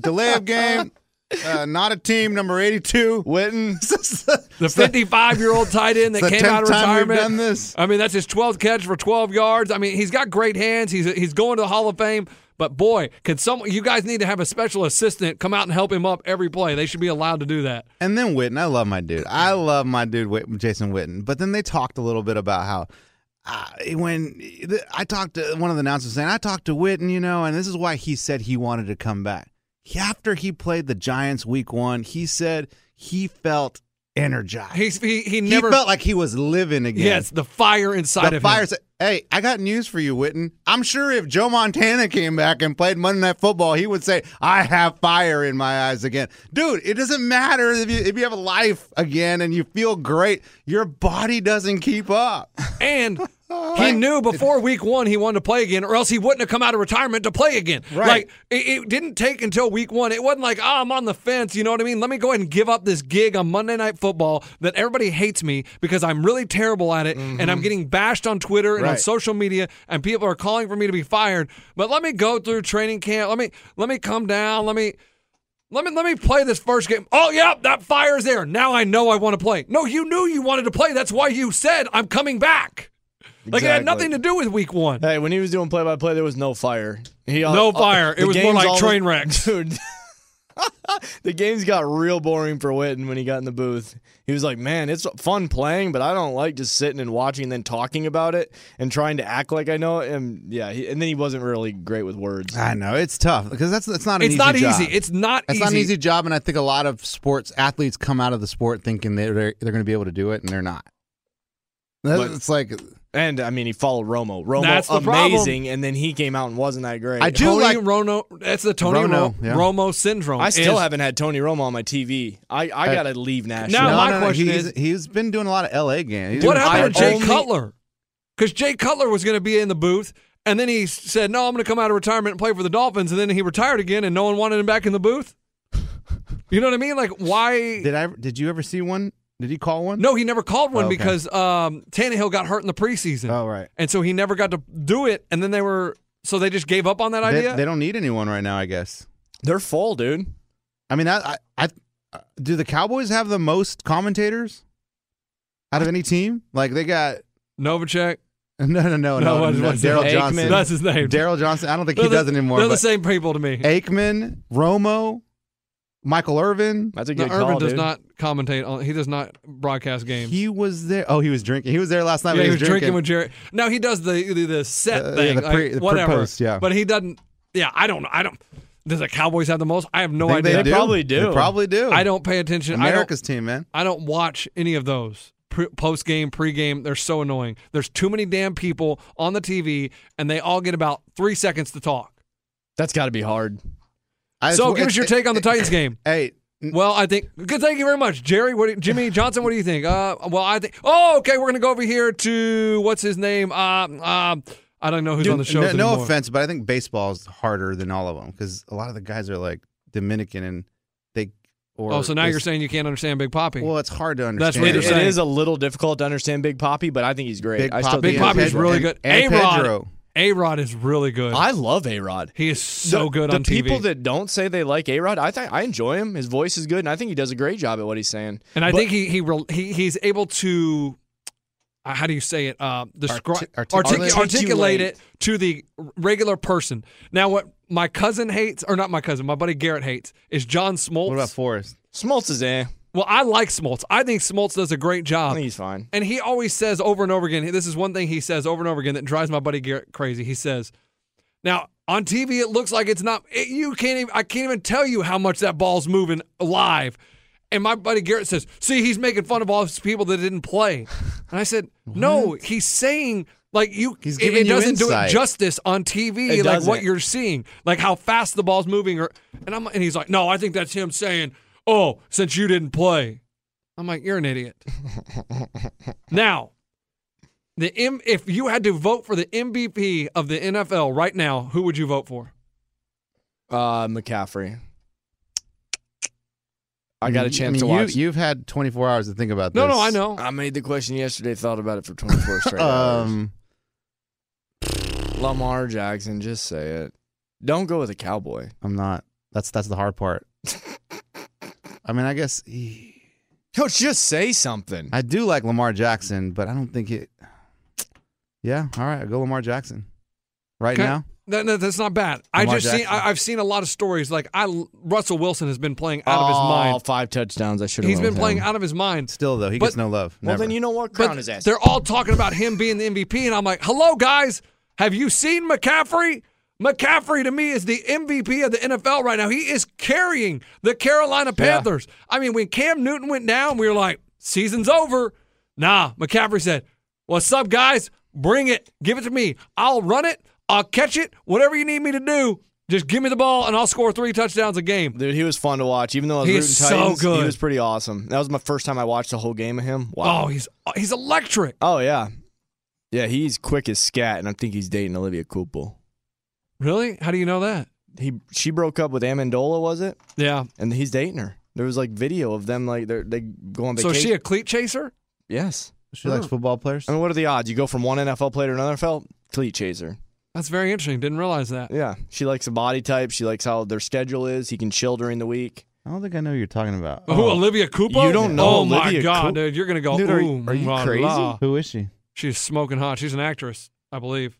S3: Delay of <laughs> game. Uh, not a team number 82.
S4: Witten.
S2: The 55 year old tight end that
S3: It's the
S2: came out of
S3: 10th time we've
S2: retirement.
S3: done this.
S2: I mean, that's his 12th catch for 12 yards. I mean, he's got great hands. He's he's going to the Hall of Fame. But boy, could some you guys need to have a special assistant come out and help him up every play. They should be allowed to do that.
S3: <laughs> And then Witten, I love my dude. I love my dude, Whit- Jason Witten. But then they talked a little bit about how uh, when I talked to one of the announcers saying, I talked to Witten, you know, and this is why he said he wanted to come back. He- After he played the Giants week one, he said he felt energized.
S2: He's he, he
S3: He
S2: never
S3: felt like he was living again.
S2: Yes, the fire inside
S3: the
S2: of him.
S3: fire. said, Hey, I got news for you, Witten. I'm sure if Joe Montana came back and played Monday Night Football, he would say, "I have fire in my eyes again, dude." It doesn't matter if you if you have a life again and you feel great. Your body doesn't keep up. <laughs>
S2: And he knew before week one he wanted to play again, or else he wouldn't have come out of retirement to play again.
S3: Right.
S2: Like, it, it didn't take until week one. It wasn't like, oh, I'm on the fence. You know what I mean? Let me go ahead and give up this gig on Monday Night Football that everybody hates me because I'm really terrible at it and I'm getting bashed on Twitter and on
S3: Mm-hmm. Right.
S2: social media and people are calling for me to be fired. But let me go through training camp. Let me let me come down. Let me let me let me play this first game. Oh, yep, that fire's there. Now I know I want to play. No, you knew you wanted to play. That's why you said I'm coming back. Like it had
S4: Exactly.
S2: nothing to do with week one.
S4: Hey, when he was doing play by play, there was no fire. He, uh,
S2: No fire. It
S4: the
S2: was more
S4: games
S2: like
S4: always- <laughs>
S2: train wrecks.
S4: Dude. the games got real boring for Witten when he got in the booth. He was like, Man, it's fun playing, but I don't like just sitting and watching and then talking about it and trying to act like I know it. And yeah, he, and then he wasn't really great with words.
S3: I know it's tough because that's that's not an
S2: It's not
S3: easy job.
S2: easy. It's not
S3: That's
S2: easy.
S3: not an easy job, and I think a lot of sports athletes come out of the sport thinking they're they're, they're going to be able to do it, and they're not.
S4: But-
S3: It's like
S4: And I mean, he followed Romo. Romo,
S2: That's the problem.
S4: amazing. And then he came out and wasn't that great.
S3: I do
S2: Tony
S3: like-
S2: Rono. That's the Tony
S3: Rono,
S2: Romo,
S3: yeah.
S2: Romo syndrome.
S4: I still
S2: is-
S4: haven't had Tony Romo on my TV. I, I
S3: Hey.
S4: got to leave Nashville.
S2: Now my question
S3: he's,
S2: is-
S3: he's been doing a lot of L.A. games. He's
S2: What
S3: been
S2: happened to
S4: I
S2: Jay
S4: only-
S2: Cutler? Because Jay Cutler was going to be in the booth, and then he s- said, "No, I'm going to come out of retirement and play for the Dolphins." And then he retired again, and no one wanted him back in the booth. You know what I mean? Like why?
S3: Did I? Did you ever see one? Did he call one?
S2: No, he never called
S3: Oh,
S2: one
S3: okay.
S2: because um, Tannehill got hurt in the preseason.
S3: Oh, right.
S2: And so he never got to do it. And then they were, so they just gave up on that
S3: They,
S2: idea?
S3: they don't need anyone right now, I guess.
S4: They're full, dude.
S3: I mean, I, I, I do the Cowboys have the most commentators out of any team? Like they got <laughs>
S2: Novacek.
S3: no, no, no, no, no,
S2: what's- what's
S3: Daryl
S2: his name?
S3: Johnson.
S2: That's his name.
S3: Daryl Johnson. I don't think
S2: They're
S3: he
S2: the-
S3: does anymore.
S2: They're the
S3: but
S2: same people to me.
S3: Aikman, Romo, Michael Irvin.
S4: That's a
S2: No,
S4: good
S2: Urban
S4: call,
S2: does
S4: dude.
S2: not commentate on, he does not broadcast games.
S3: He was there. Oh, he was drinking. He was there last night.
S2: yeah,
S3: but
S2: he was drinking.
S3: drinking
S2: with Jerry. No, he does the the, the set
S3: Uh, yeah,
S2: thing,
S3: the
S2: like,
S3: pre- the
S2: whatever.
S3: pre-post, yeah.
S2: But he doesn't. Yeah, I don't know. I don't. Does the Cowboys have the most? I have no
S3: I think
S2: idea.
S4: They probably do.
S3: They probably do.
S2: I don't pay attention. I don't-
S3: America's team, man.
S2: I don't watch any of those post game, pre game. They're so annoying. There's too many damn people on the TV, and they all get about three seconds to talk.
S4: That's got to be hard.
S3: I-
S2: so,
S3: it's-
S2: give us your
S3: it's-
S2: take on the Titans game.
S3: <laughs> Hey,
S2: Well, I think good. Thank you very much, Jerry. What, do- Jimmy Johnson, what do you think? Uh, well, I think. Oh, okay. We're gonna go over here to what's his name? Uh, um, I don't know who's
S3: Dude,
S2: on the show.
S3: No, no
S2: anymore.
S3: offense, but I think baseball is harder than all of them because a lot of the guys are like Dominican and they. Or
S2: Oh, so now you're
S3: it's-
S2: saying you can't understand Big Poppy?
S3: Well, it's hard to
S2: That's
S3: understand.
S2: what they're
S4: It-
S2: saying.
S4: it is a little difficult to understand Big Poppy, but I think he's great.
S3: Big
S4: I still
S3: Poppy
S2: Big
S4: think
S3: and
S2: Poppy's
S3: Pedro-
S2: really
S3: and-
S2: good.
S3: And
S2: A-Rod.
S3: Pedro.
S2: A Rod is really good.
S4: I love A Rod.
S2: he is so
S4: the,
S2: good
S4: the
S2: on TV.
S4: people that don't say they like A Rod, I think I enjoy him. His voice is good, and I think he does a great job at what he's saying.
S2: and I
S4: But-
S2: think he he, rel- he he's able to uh, how do you say it? Uh, describe
S3: Arti-
S2: articulate.
S3: articulate.
S2: articulate it to the r- regular person. Now, what my cousin hates, or not my cousin, my buddy Garrett hates, is John Smoltz.
S3: What about Forrest?
S4: Smoltz is eh.
S2: well, I like Smoltz. I think Smoltz does a great
S4: I
S2: job.
S4: think he's fine.
S2: And he always says over and over again, this is one thing he says over and over again that drives my buddy Garrett crazy. He says, now on TV, it looks like it's not, it, you can't even, I can't even tell you how much that ball's moving live. And my buddy Garrett says, see, he's making fun of all these people that didn't play. And I said, no, he's saying like you,
S3: He's
S2: it-
S3: giving
S2: it,
S3: you
S2: doesn't do it
S3: insight.
S2: justice on TV,
S4: It
S2: like what
S4: doesn't.
S2: you're seeing, like how fast the ball's moving. Or, and I'm, and he's like, no, I think that's him saying, oh, since you didn't play. I'm like, you're
S3: <laughs>
S2: an idiot. Now, the M- if you had to vote for the MVP of the NFL right now, who would you vote for?
S4: Uh, McCaffrey. I got a chance
S3: mean,
S4: to
S3: you-
S4: watch.
S3: You've had 24 hours to think about
S2: No,
S3: this.
S2: no, I know.
S4: I made the question yesterday. Thought about it
S3: <laughs>
S4: for 24 straight hours.
S3: Um,
S4: Lamar Jackson, just say it. Don't go with a cowboy.
S3: I'm not. That's that's the hard part. I mean, I guess he-
S4: Coach, just say something.
S3: I do like Lamar Jackson, but I don't think it. Yeah, all right, I'll go Lamar Jackson. Right
S2: Okay.
S3: now,
S2: That- that- that's not bad. I
S3: Lamar
S2: just seen.
S3: Jackson.
S2: I, I've seen a lot of stories like I. Russell Wilson has been playing out of his
S4: Oh,
S2: mind.
S4: Five touchdowns. I should have.
S2: He's been playing out of his mind.
S3: still though, he
S2: But-
S3: gets no love.
S4: Well,
S3: Never.
S4: then you know what? Crown
S2: But
S4: his ass.
S2: they're all talking about him being the MVP, and I'm like, hello guys, have you seen McCaffrey? McCaffrey to me is the MVP of the NFL right now. He is carrying the Carolina Panthers. I mean, when Cam Newton went down, we were like, season's over. Nah, McCaffrey said, What's up, guys? Bring it. Give it to me. I'll run it. I'll catch it. Whatever you need me to do, just give me the ball and I'll score three touchdowns a game.
S4: Dude, he was fun to watch. Even though I was
S2: He
S4: rooting
S2: is so
S4: Titans,
S2: good.
S4: he was pretty awesome. That was my first time I watched the whole game of him. Wow.
S2: Oh, he's he's electric.
S4: Oh yeah, yeah. He's quick as scat, and I think he's dating Olivia Cooper.
S2: Really? How do you know that?
S4: He she broke up with Amendola, was it?
S2: Yeah.
S4: And he's dating her. There was like video of them like they're they go on
S2: So
S4: vacation.
S2: is she a cleat chaser?
S4: yes.
S3: she likes football players.
S4: I mean, what are the odds? You go from one NFL player to another NFL cleat chaser.
S2: That's very interesting. Didn't realize that.
S4: Yeah, she likes the body type. She likes how their schedule is. He can chill during the week.
S3: I don't think I know who you're talking about.
S2: Who, Olivia Cooper?
S4: Oh. You don't know
S2: Oh my
S4: Olivia
S2: god,
S4: Coop-
S2: dude, you're gonna go.
S4: Dude, are-
S2: Ooh,
S4: are you
S2: la,
S4: crazy?
S2: la."
S3: Who is she?
S2: She's smoking hot. She's an actress, I believe.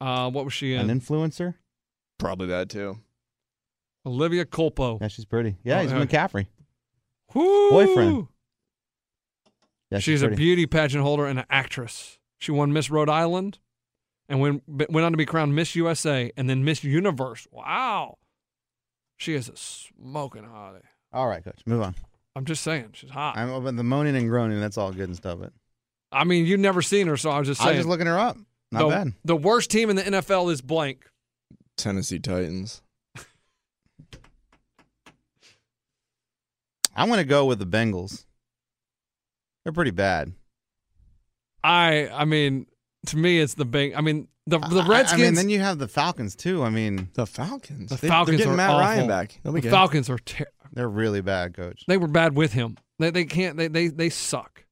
S2: Uh, what was she in?
S3: An influencer?
S4: Probably that too.
S2: Olivia Culpo.
S3: Yeah, she's pretty. Yeah,
S2: Oh,
S3: he's
S2: yeah.
S3: McCaffrey.
S2: Woo!
S3: boyfriend. Yeah,
S2: She's, a
S3: pretty.
S2: beauty pageant holder and an actress. She won Miss Rhode Island, and went went on to be crowned Miss USA and then Miss Universe. Wow, she is a smoking hottie.
S3: All right, coach, move on.
S2: I'm just saying, she's hot. i
S3: I'm about the moaning and groaning. That's all good and stuff. But
S2: mean, you've never seen her, so I was just
S3: I
S2: saying.
S3: was just looking her up. Not
S2: the,
S3: bad.
S2: The worst team in the NFL is blank.
S4: Tennessee Titans.
S3: I'm gonna go with the Bengals. They're pretty bad.
S2: I I mean, to me, it's the bang. I mean, the the
S3: I-
S2: Redskins.
S3: I, mean, then you have the Falcons too. I mean,
S4: The Falcons.
S2: The
S4: They-
S2: Falcons
S4: They're getting
S2: are
S4: Matt Ryan
S2: awful.
S4: back. They'll
S2: the
S4: be good.
S2: Falcons are ter-
S3: they're really bad, coach.
S2: they were bad with him. They they can't they they they suck.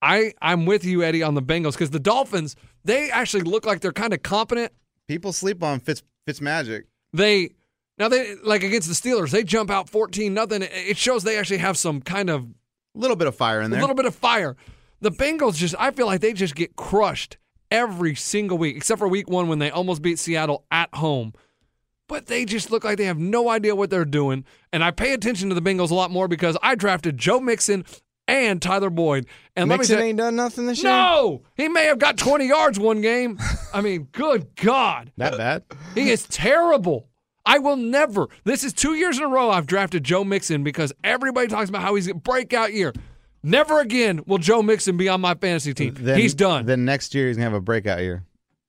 S2: I I'm with you, Eddie, on the Bengals because the Dolphins they actually look like they're kind of competent.
S3: People sleep on Fitz Fitzmagic.
S2: They now they like against the Steelers they jump out fourteen nothing. It- It shows they actually have some kind of
S3: A little bit of fire in
S2: a
S3: there.
S2: little bit of fire. The Bengals just, I feel like they just get crushed every single week, except for week one when they almost beat Seattle at home. But they just look like they have no idea what they're doing. And I pay attention to the Bengals a lot more because I drafted Joe Mixon and Tyler Boyd. And
S4: Mixon
S2: let me
S4: ain't done nothing this
S2: say,
S4: year.
S2: no, he may have got 20 yards one game. I mean, good God.
S3: that bad?
S2: He is terrible. I will never. This is two years in a row I've drafted Joe Mixon because everybody talks about how he's a breakout year. Never again will Joe Mixon be on my fantasy team.
S3: Then-
S2: he's done.
S3: Then next year he's gonna have a breakout year.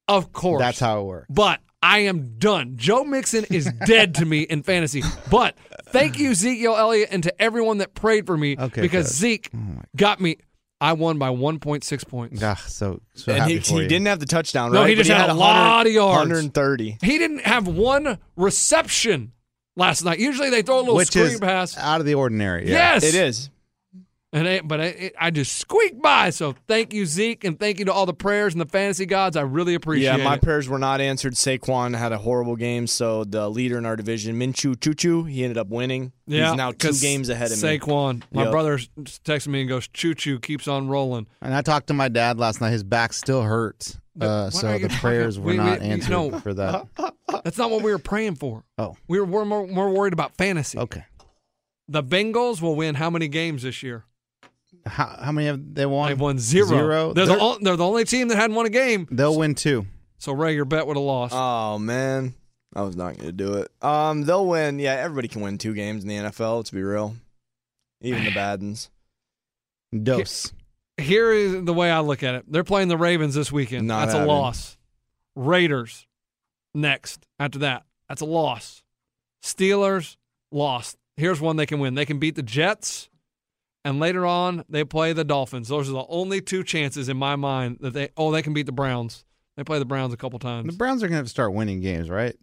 S2: of course.
S3: That's how it works.
S2: But I am done. Joe Mixon is dead to me in fantasy. But thank you, Zeke Elliott, and to everyone that prayed for me
S3: Okay,
S2: because
S3: good. Oh
S2: Zeke got me. I won by 1.6 points.
S3: Ah, so so
S4: And
S3: happy
S4: he,
S3: for
S4: he
S3: you.
S4: didn't have the touchdown,
S2: No,
S4: right?
S2: he
S4: But
S2: just had a
S4: 100
S2: lot of yards.
S4: 130.
S2: He didn't have one reception last night. Usually they throw a little
S3: Which
S2: screen
S3: is
S2: pass.
S3: out of the ordinary. Yeah.
S2: Yes.
S4: It is.
S2: And it, but it, it- I just squeaked by. So thank you, Zeke, and thank you to all the prayers and the fantasy gods. I really appreciate
S4: yeah, my
S2: it.
S4: prayers were not answered. Saquon had a horrible game, so the leader in our division, Minchu Chuchu, he ended up winning. He's now two
S2: 'cause
S4: games ahead of me.
S2: Saquon, my
S4: Yep.
S2: brother s- texted me and goes, "Choo choo keeps on rolling."
S3: And I talked to my dad last night. His back still hurts. Uh,
S2: What
S3: so
S2: are you
S3: the
S2: talking-
S3: prayers were
S2: we- we-
S3: not
S2: you
S3: answered
S2: know-
S3: for that.
S2: That's not what we were praying for.
S3: Oh,
S2: We were, we're more, more worried about fantasy.
S3: okay.
S2: The Bengals will win how many games this year?
S3: How, how many have they won?
S2: They've won zero.
S3: Zero.
S2: They're,
S3: They're-
S2: the, on- they're the only team that hadn't won a game.
S3: They'll win two.
S2: So Ray, your bet would have lost.
S4: Oh man, I was not going to do it. Um, they'll win. Yeah, everybody can win two games in the NFL. Let's be real, even the bad ones.
S3: Dose.
S2: Here is the way I look at it. They're playing the Ravens this weekend.
S4: Not
S2: That's a
S4: happening.
S2: loss. Raiders next. After that, that's a loss. Steelers lost. Here's one they can win. They can beat the Jets, and later on they play the Dolphins. Those are the only two chances in my mind that they. Oh, they can beat the Browns. They play the Browns a couple
S3: The
S2: times.
S3: Browns are going to start winning games, right?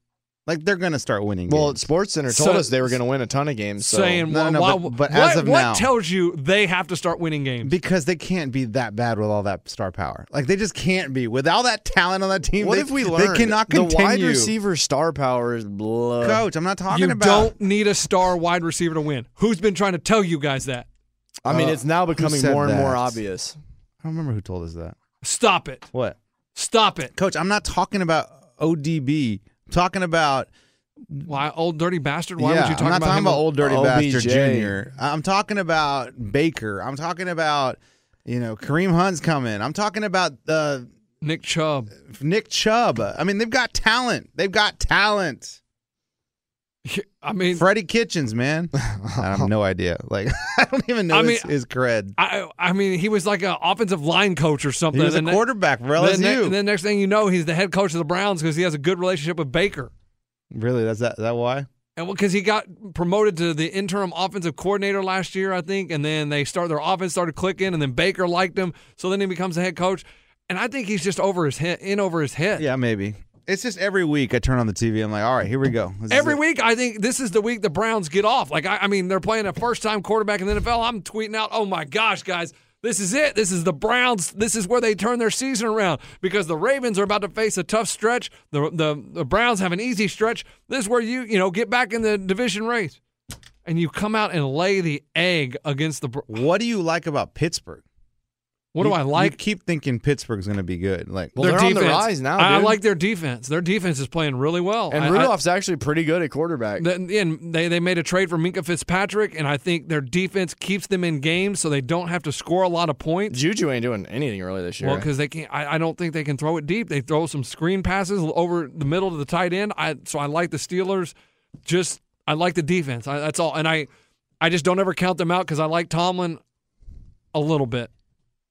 S3: Like they're going to start winning.
S4: Well,
S3: games.
S4: Sports Center
S2: So-
S4: told us they were going to win a ton of games. So.
S2: Saying
S3: No, no,
S2: why-
S3: no, but- but
S2: what,
S3: as of
S2: what
S3: now-
S2: tells you they have to start winning games?
S3: because they can't be that bad with all that star power. Like they just can't be with all that talent on that team.
S4: what
S3: they,
S4: if we learned
S3: They cannot continue.
S4: the wide receiver star power is blah.
S3: coach. I'm not talking
S2: you
S3: about.
S2: don't need a star wide receiver to win. Who's been trying to tell you guys that?
S4: I mean,
S3: Uh,
S4: it's now
S3: who
S4: becoming
S3: said
S4: more and more
S3: that?
S4: obvious.
S3: I don't remember who told us that.
S2: Stop it.
S3: What,
S2: Stop it.
S3: coach? I'm not talking about ODB. I'm talking about
S2: Why, old dirty bastard? Why
S3: yeah,
S2: would you talk
S3: I'm not
S2: about
S3: talking
S2: him?
S3: about old dirty bastard
S4: OBJ.
S3: Junior. I'm talking about Baker. I'm talking about you know Kareem Hunt's coming. I'm talking about uh,
S2: Nick Chubb. <laughs>
S3: Nick Chubb. I mean, they've got talent. They've got talent.
S2: I mean,
S3: Freddie Kitchens,
S2: <laughs>
S3: man. I have no idea. Like <laughs> I don't even know
S2: I mean-
S3: his, his cred.
S2: I, I mean, he was like an offensive line coach or
S3: He
S2: something.
S3: was a
S2: And then-
S3: quarterback for
S2: then, ne-
S3: LSU.
S2: and then next thing you know, he's the head coach of the Browns because he has a good relationship with Baker,
S3: really? That's that. That why?
S2: and because he got promoted to the interim offensive coordinator last year, I think. And then they start their offense started clicking, and then Baker liked him, so then he becomes the head coach. And I think he's just over his head, in over his head.
S3: Yeah, maybe. It's just every week I turn on the TV. I'm like, all right, here we go. This is
S2: Every
S3: it.
S2: week, I think this is the week the Browns get off. Like, I, I mean, they're playing a first time quarterback in the NFL. I'm tweeting out, oh my gosh, guys, this is it. This is the Browns. This is where they turn their season around because the Ravens are about to face a tough stretch. The, the, the Browns have an easy stretch. This is where you, you know, get back in the division race. And you come out and lay the egg against the. Br-
S3: What do you like about Pittsburgh?
S2: What do
S3: You-
S2: I
S3: You
S2: like?
S3: keep thinking Pittsburgh's going to be good. Like,
S4: Well, they're on the rise now,
S2: I, I
S4: dude.
S2: like their defense. Their defense is playing really
S3: Oh,
S2: well.
S4: And
S2: I- I-
S4: Rudolph's actually pretty good at quarterback.
S2: Then- And they, they made a trade for Minka Fitzpatrick, and I think their defense keeps them in games so they don't have to score a lot of points.
S4: Juju ain't doing anything really this year.
S2: Well, because they can't. I, I don't think they can throw it deep. They throw some screen passes over the middle to the tight end. I so I like the Steelers. Just I like the defense. I, that's all. And I I just don't ever count them out because I like Tomlin a little bit,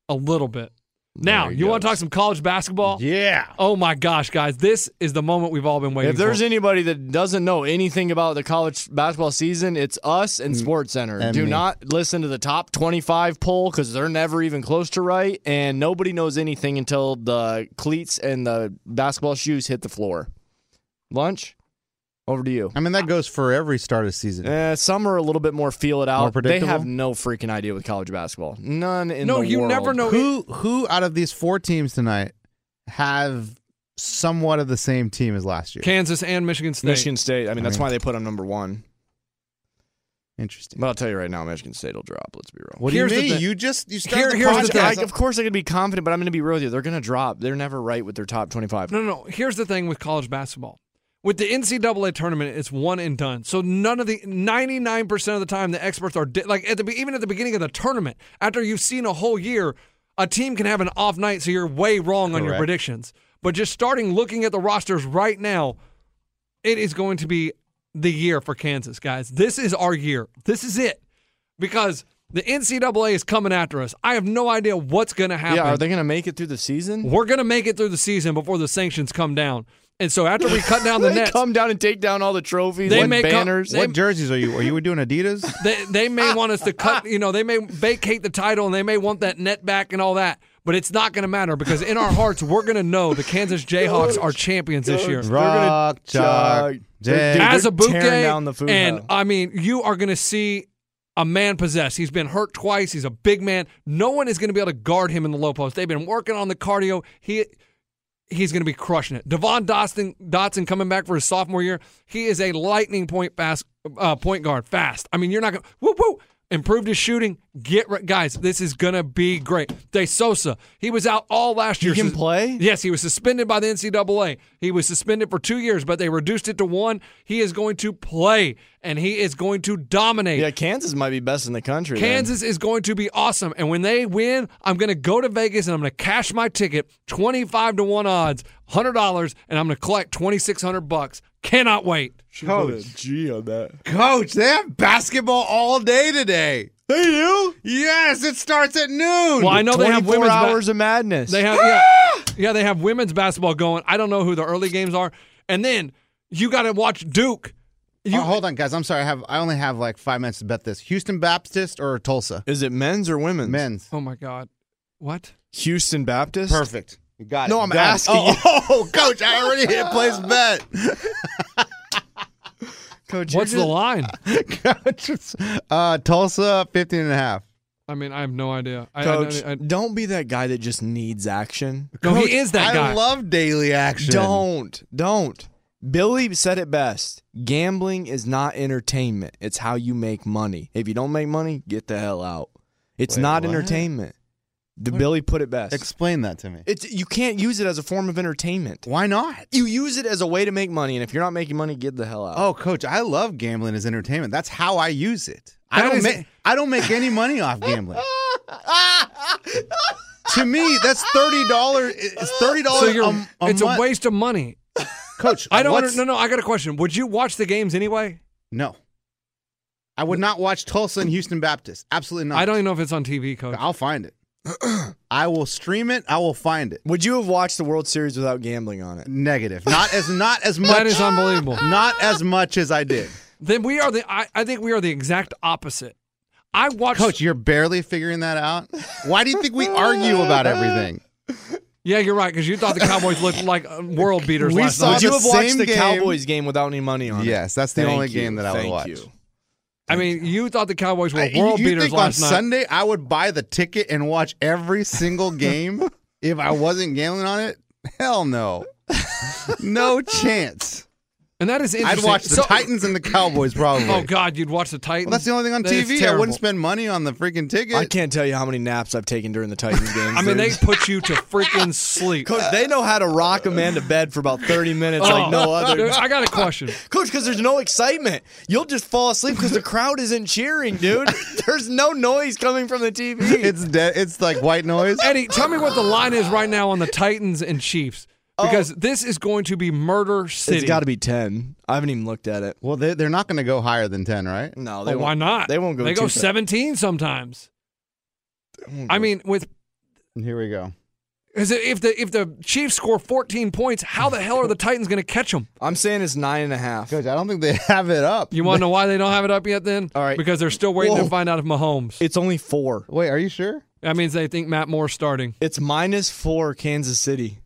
S2: a little bit. Now
S4: There he
S2: you want to
S4: goes.
S2: talk some college basketball?
S3: yeah.
S2: Oh my gosh, guys! This is the moment we've all been waiting.
S4: If there's
S2: for.
S4: anybody that doesn't know anything about the college basketball season, it's us Mm. and Sports Center.
S3: and
S4: Do
S3: me.
S4: not listen to the top 25 poll because they're never even close to right, and nobody knows anything until the cleats and the basketball shoes hit the floor. Lunch, over to you.
S3: I mean, that goes for every start of season.
S4: Eh, some are a little bit more feel it
S3: More
S4: out. They
S3: predictable?
S4: have no freaking idea with college basketball. None in
S2: no,
S4: the
S2: you
S4: world.
S2: never know.
S3: Who who out of these four teams tonight have somewhat of the same team as last year?
S2: Kansas and Michigan State.
S4: Michigan State. I mean,
S3: I
S4: that's
S3: mean-
S4: why they put them number one.
S3: Interesting.
S4: But I'll tell you right now, Michigan State will drop. Let's be real.
S3: What do you
S2: Here's the
S3: mean?
S2: thing.
S3: You just you
S2: Here-
S3: started
S2: here's the
S3: the
S2: thing.
S3: podcast.
S4: I, of course, I could be confident, but I'm going to be real with you. They're going to drop. They're never right with their top 25.
S2: No, no, no. Here's the thing with college basketball. With the NCAA tournament, it's one and done. So none of the 99% of the time, the experts are di- like at the be- even at the beginning of the tournament. After you've seen a whole year, a team can have an off night, so you're way wrong on your
S3: Correct.
S2: predictions. But just starting looking at the rosters right now, it is going to be the year for Kansas, guys. This is our year. This is it because the NCAA is coming after us. I have no idea what's going to happen.
S4: Yeah, are they going to make it through the season?
S2: We're gonna make it through the season before the sanctions come down. And so after we cut down the
S4: <laughs> They
S2: nets,
S4: come down and take down all the trophies
S2: They
S4: and
S2: may come-
S4: banners.
S2: they-
S3: What jerseys are you? Are you doing
S2: <laughs>
S3: Adidas?
S2: they, they
S4: <laughs>
S2: may want us to cut. You know, they may vacate the title and they may want that net back and all that. But it's not gonna matter because in our hearts, we're gonna know the Kansas Jayhawks are champions this year.
S3: Rock, chalk,
S4: They're-
S3: Jay. Uh,
S4: dude,
S2: As
S4: they're
S2: a bouquet,
S4: tearing down the food
S2: and
S4: hall.
S2: I mean, you are gonna see a man possessed. He's been hurt twice. He's a big man. No one is going to be able to guard him in the low post. They've been working on the cardio. He he's going to be crushing it. Devon Dotson, Dotson coming back for his sophomore year. He is a lightning point fast uh, point guard. Fast. I mean, you're not going. to Whoop whoop. Improved his shooting. Get re- guys. This is going to be great. De Sosa. He was out all last year.
S4: He can
S2: Sus-
S4: play?
S2: Yes, he was suspended by the NCAA. He was suspended for two years, but they reduced it to one. He is going to play, and he is going to dominate.
S4: Yeah, Kansas might be best in the country. then.
S2: Kansas is going to be awesome. And when they win, I'm going to go to Vegas and I'm going to cash my ticket, 25 to 1 odds, $100, and I'm going to collect 2600 bucks. Cannot wait.
S4: Coach. G on that.
S3: Coach, they have basketball all day today.
S4: They do.
S3: Yes, it starts at noon.
S2: Well, I know they have
S4: Four
S2: women's ba-
S4: hours of madness.
S2: They have
S4: <gasps>
S2: yeah, yeah, they have women's basketball going. I don't know who the early games are. And then you got to watch Duke. You
S3: oh, hold on, guys. I'm sorry. I have I only have like five minutes to bet this. Houston Baptist or Tulsa?
S4: Is it men's or women's?
S3: Men's.
S2: Oh my god. What?
S4: Houston Baptist.
S3: Perfect. You got
S4: No,
S3: it.
S4: I'm
S3: Got it.
S4: asking
S3: Oh,
S4: you.
S3: oh, <laughs> coach, I already hit place bet.
S4: Coach,
S2: What's
S4: you're
S2: the
S4: just-
S2: line?
S3: coach, it's, uh, Tulsa 15 and a half.
S2: I mean, I have no idea. I, I-
S4: Coach,
S2: I- I-
S4: don't be that guy that just needs action.
S2: no,
S3: Coach,
S2: he is that guy.
S3: I love daily action.
S4: Don't. Don't. Billy said it best. Gambling is not entertainment. It's how you make money. If you don't make money, get the hell out. It's
S3: Wait,
S4: not
S3: what?
S4: entertainment. The Billy put it best.
S3: explain that to me.
S4: it's you can't use it as a form of entertainment.
S3: Why not?
S4: You use it as a way to make money, and if you're not making money, get the hell out.
S3: Oh, coach, I love gambling as entertainment. That's how I use it. I
S2: That
S3: don't
S2: is-
S3: make I don't make any money off gambling.
S2: <laughs>
S3: to me, that's thirty dollars. It's thirty dollars.
S2: so you're,
S3: a, a
S2: it's
S3: month.
S2: a waste of money.
S3: coach.
S2: I don't.
S3: what's-
S2: Under, no, no. I got a question. Would you watch the games anyway?
S3: No. I would not watch Tulsa and Houston Baptist. Absolutely not.
S2: I don't even know if it's on TV, coach.
S3: I'll find
S2: <clears throat>
S3: it. I will stream it. I will find it.
S4: Would you have watched the World Series without gambling on it?
S3: Negative. Not as not as much.
S2: That is unbelievable.
S3: Not as much as I did.
S2: then we are the. I, I think we are the exact opposite. I watch.
S3: Coach, you're barely figuring that out. Why do you think we argue about everything?
S2: Yeah, you're right because you thought the Cowboys looked like uh, world beaters
S3: We
S2: last
S3: saw
S2: night.
S4: Would you
S3: the
S4: have watched
S3: same
S4: the
S3: game-
S4: Cowboys game without any money on it?
S3: Yes, that's the
S4: Thank
S3: only
S4: you.
S3: game that I would
S4: Thank
S3: watch.
S4: you.
S2: I mean, you thought the Cowboys were
S3: I-
S2: world
S3: you
S2: beaters
S3: think on
S2: last night.
S3: Sunday I would buy the ticket and watch every single game if I wasn't gambling on it? Hell no. No chance.
S2: and that is
S3: I'd
S2: interesting.
S3: watch the
S2: So-
S3: Titans and the Cowboys probably.
S2: Oh God, you'd watch the Titans.
S3: Well, that's the only thing on
S2: That is
S3: TV. I
S2: terrible.
S3: wouldn't spend money on the freaking ticket.
S4: I can't tell you how many naps I've taken during the <laughs> Titans
S3: <laughs>
S4: games.
S2: I mean, they
S4: dude.
S2: put you to freaking sleep.
S4: Coach, they know how to rock a man to bed for about 30 minutes like no
S2: Dude,
S4: <laughs> other.
S2: Oh. I got a question.
S4: Coach, because there's no excitement. You'll just fall asleep because the crowd isn't cheering, <laughs> dude. There's no noise coming from the TV.
S3: It's dead. It's like white noise.
S2: Eddie, tell me what the line is right now on the Titans and Chiefs because this is going to be murder city.
S4: Oh. it's got to be 10. I haven't even looked at it.
S3: Well, they, they're not going to go higher than ten, right?
S4: No, they
S2: But Oh, why
S4: won't-
S2: not?
S4: They won't go.
S2: They go
S4: too-
S2: 17 sometimes. I mean, with
S3: Here we go.
S2: because if the if the Chiefs score 14 points, how the hell are the Titans going to catch them?
S4: I'm saying it's nine and a half.
S3: Coach, I don't think they <laughs> have it up.
S2: You want to know why they don't have it up yet? Then
S4: All right.
S2: because they're still waiting
S4: Whoa.
S2: to find out if Mahomes.
S4: It's only four.
S3: Wait, are you sure?
S2: That means they think Matt Moore's starting.
S4: It's minus four, Kansas City.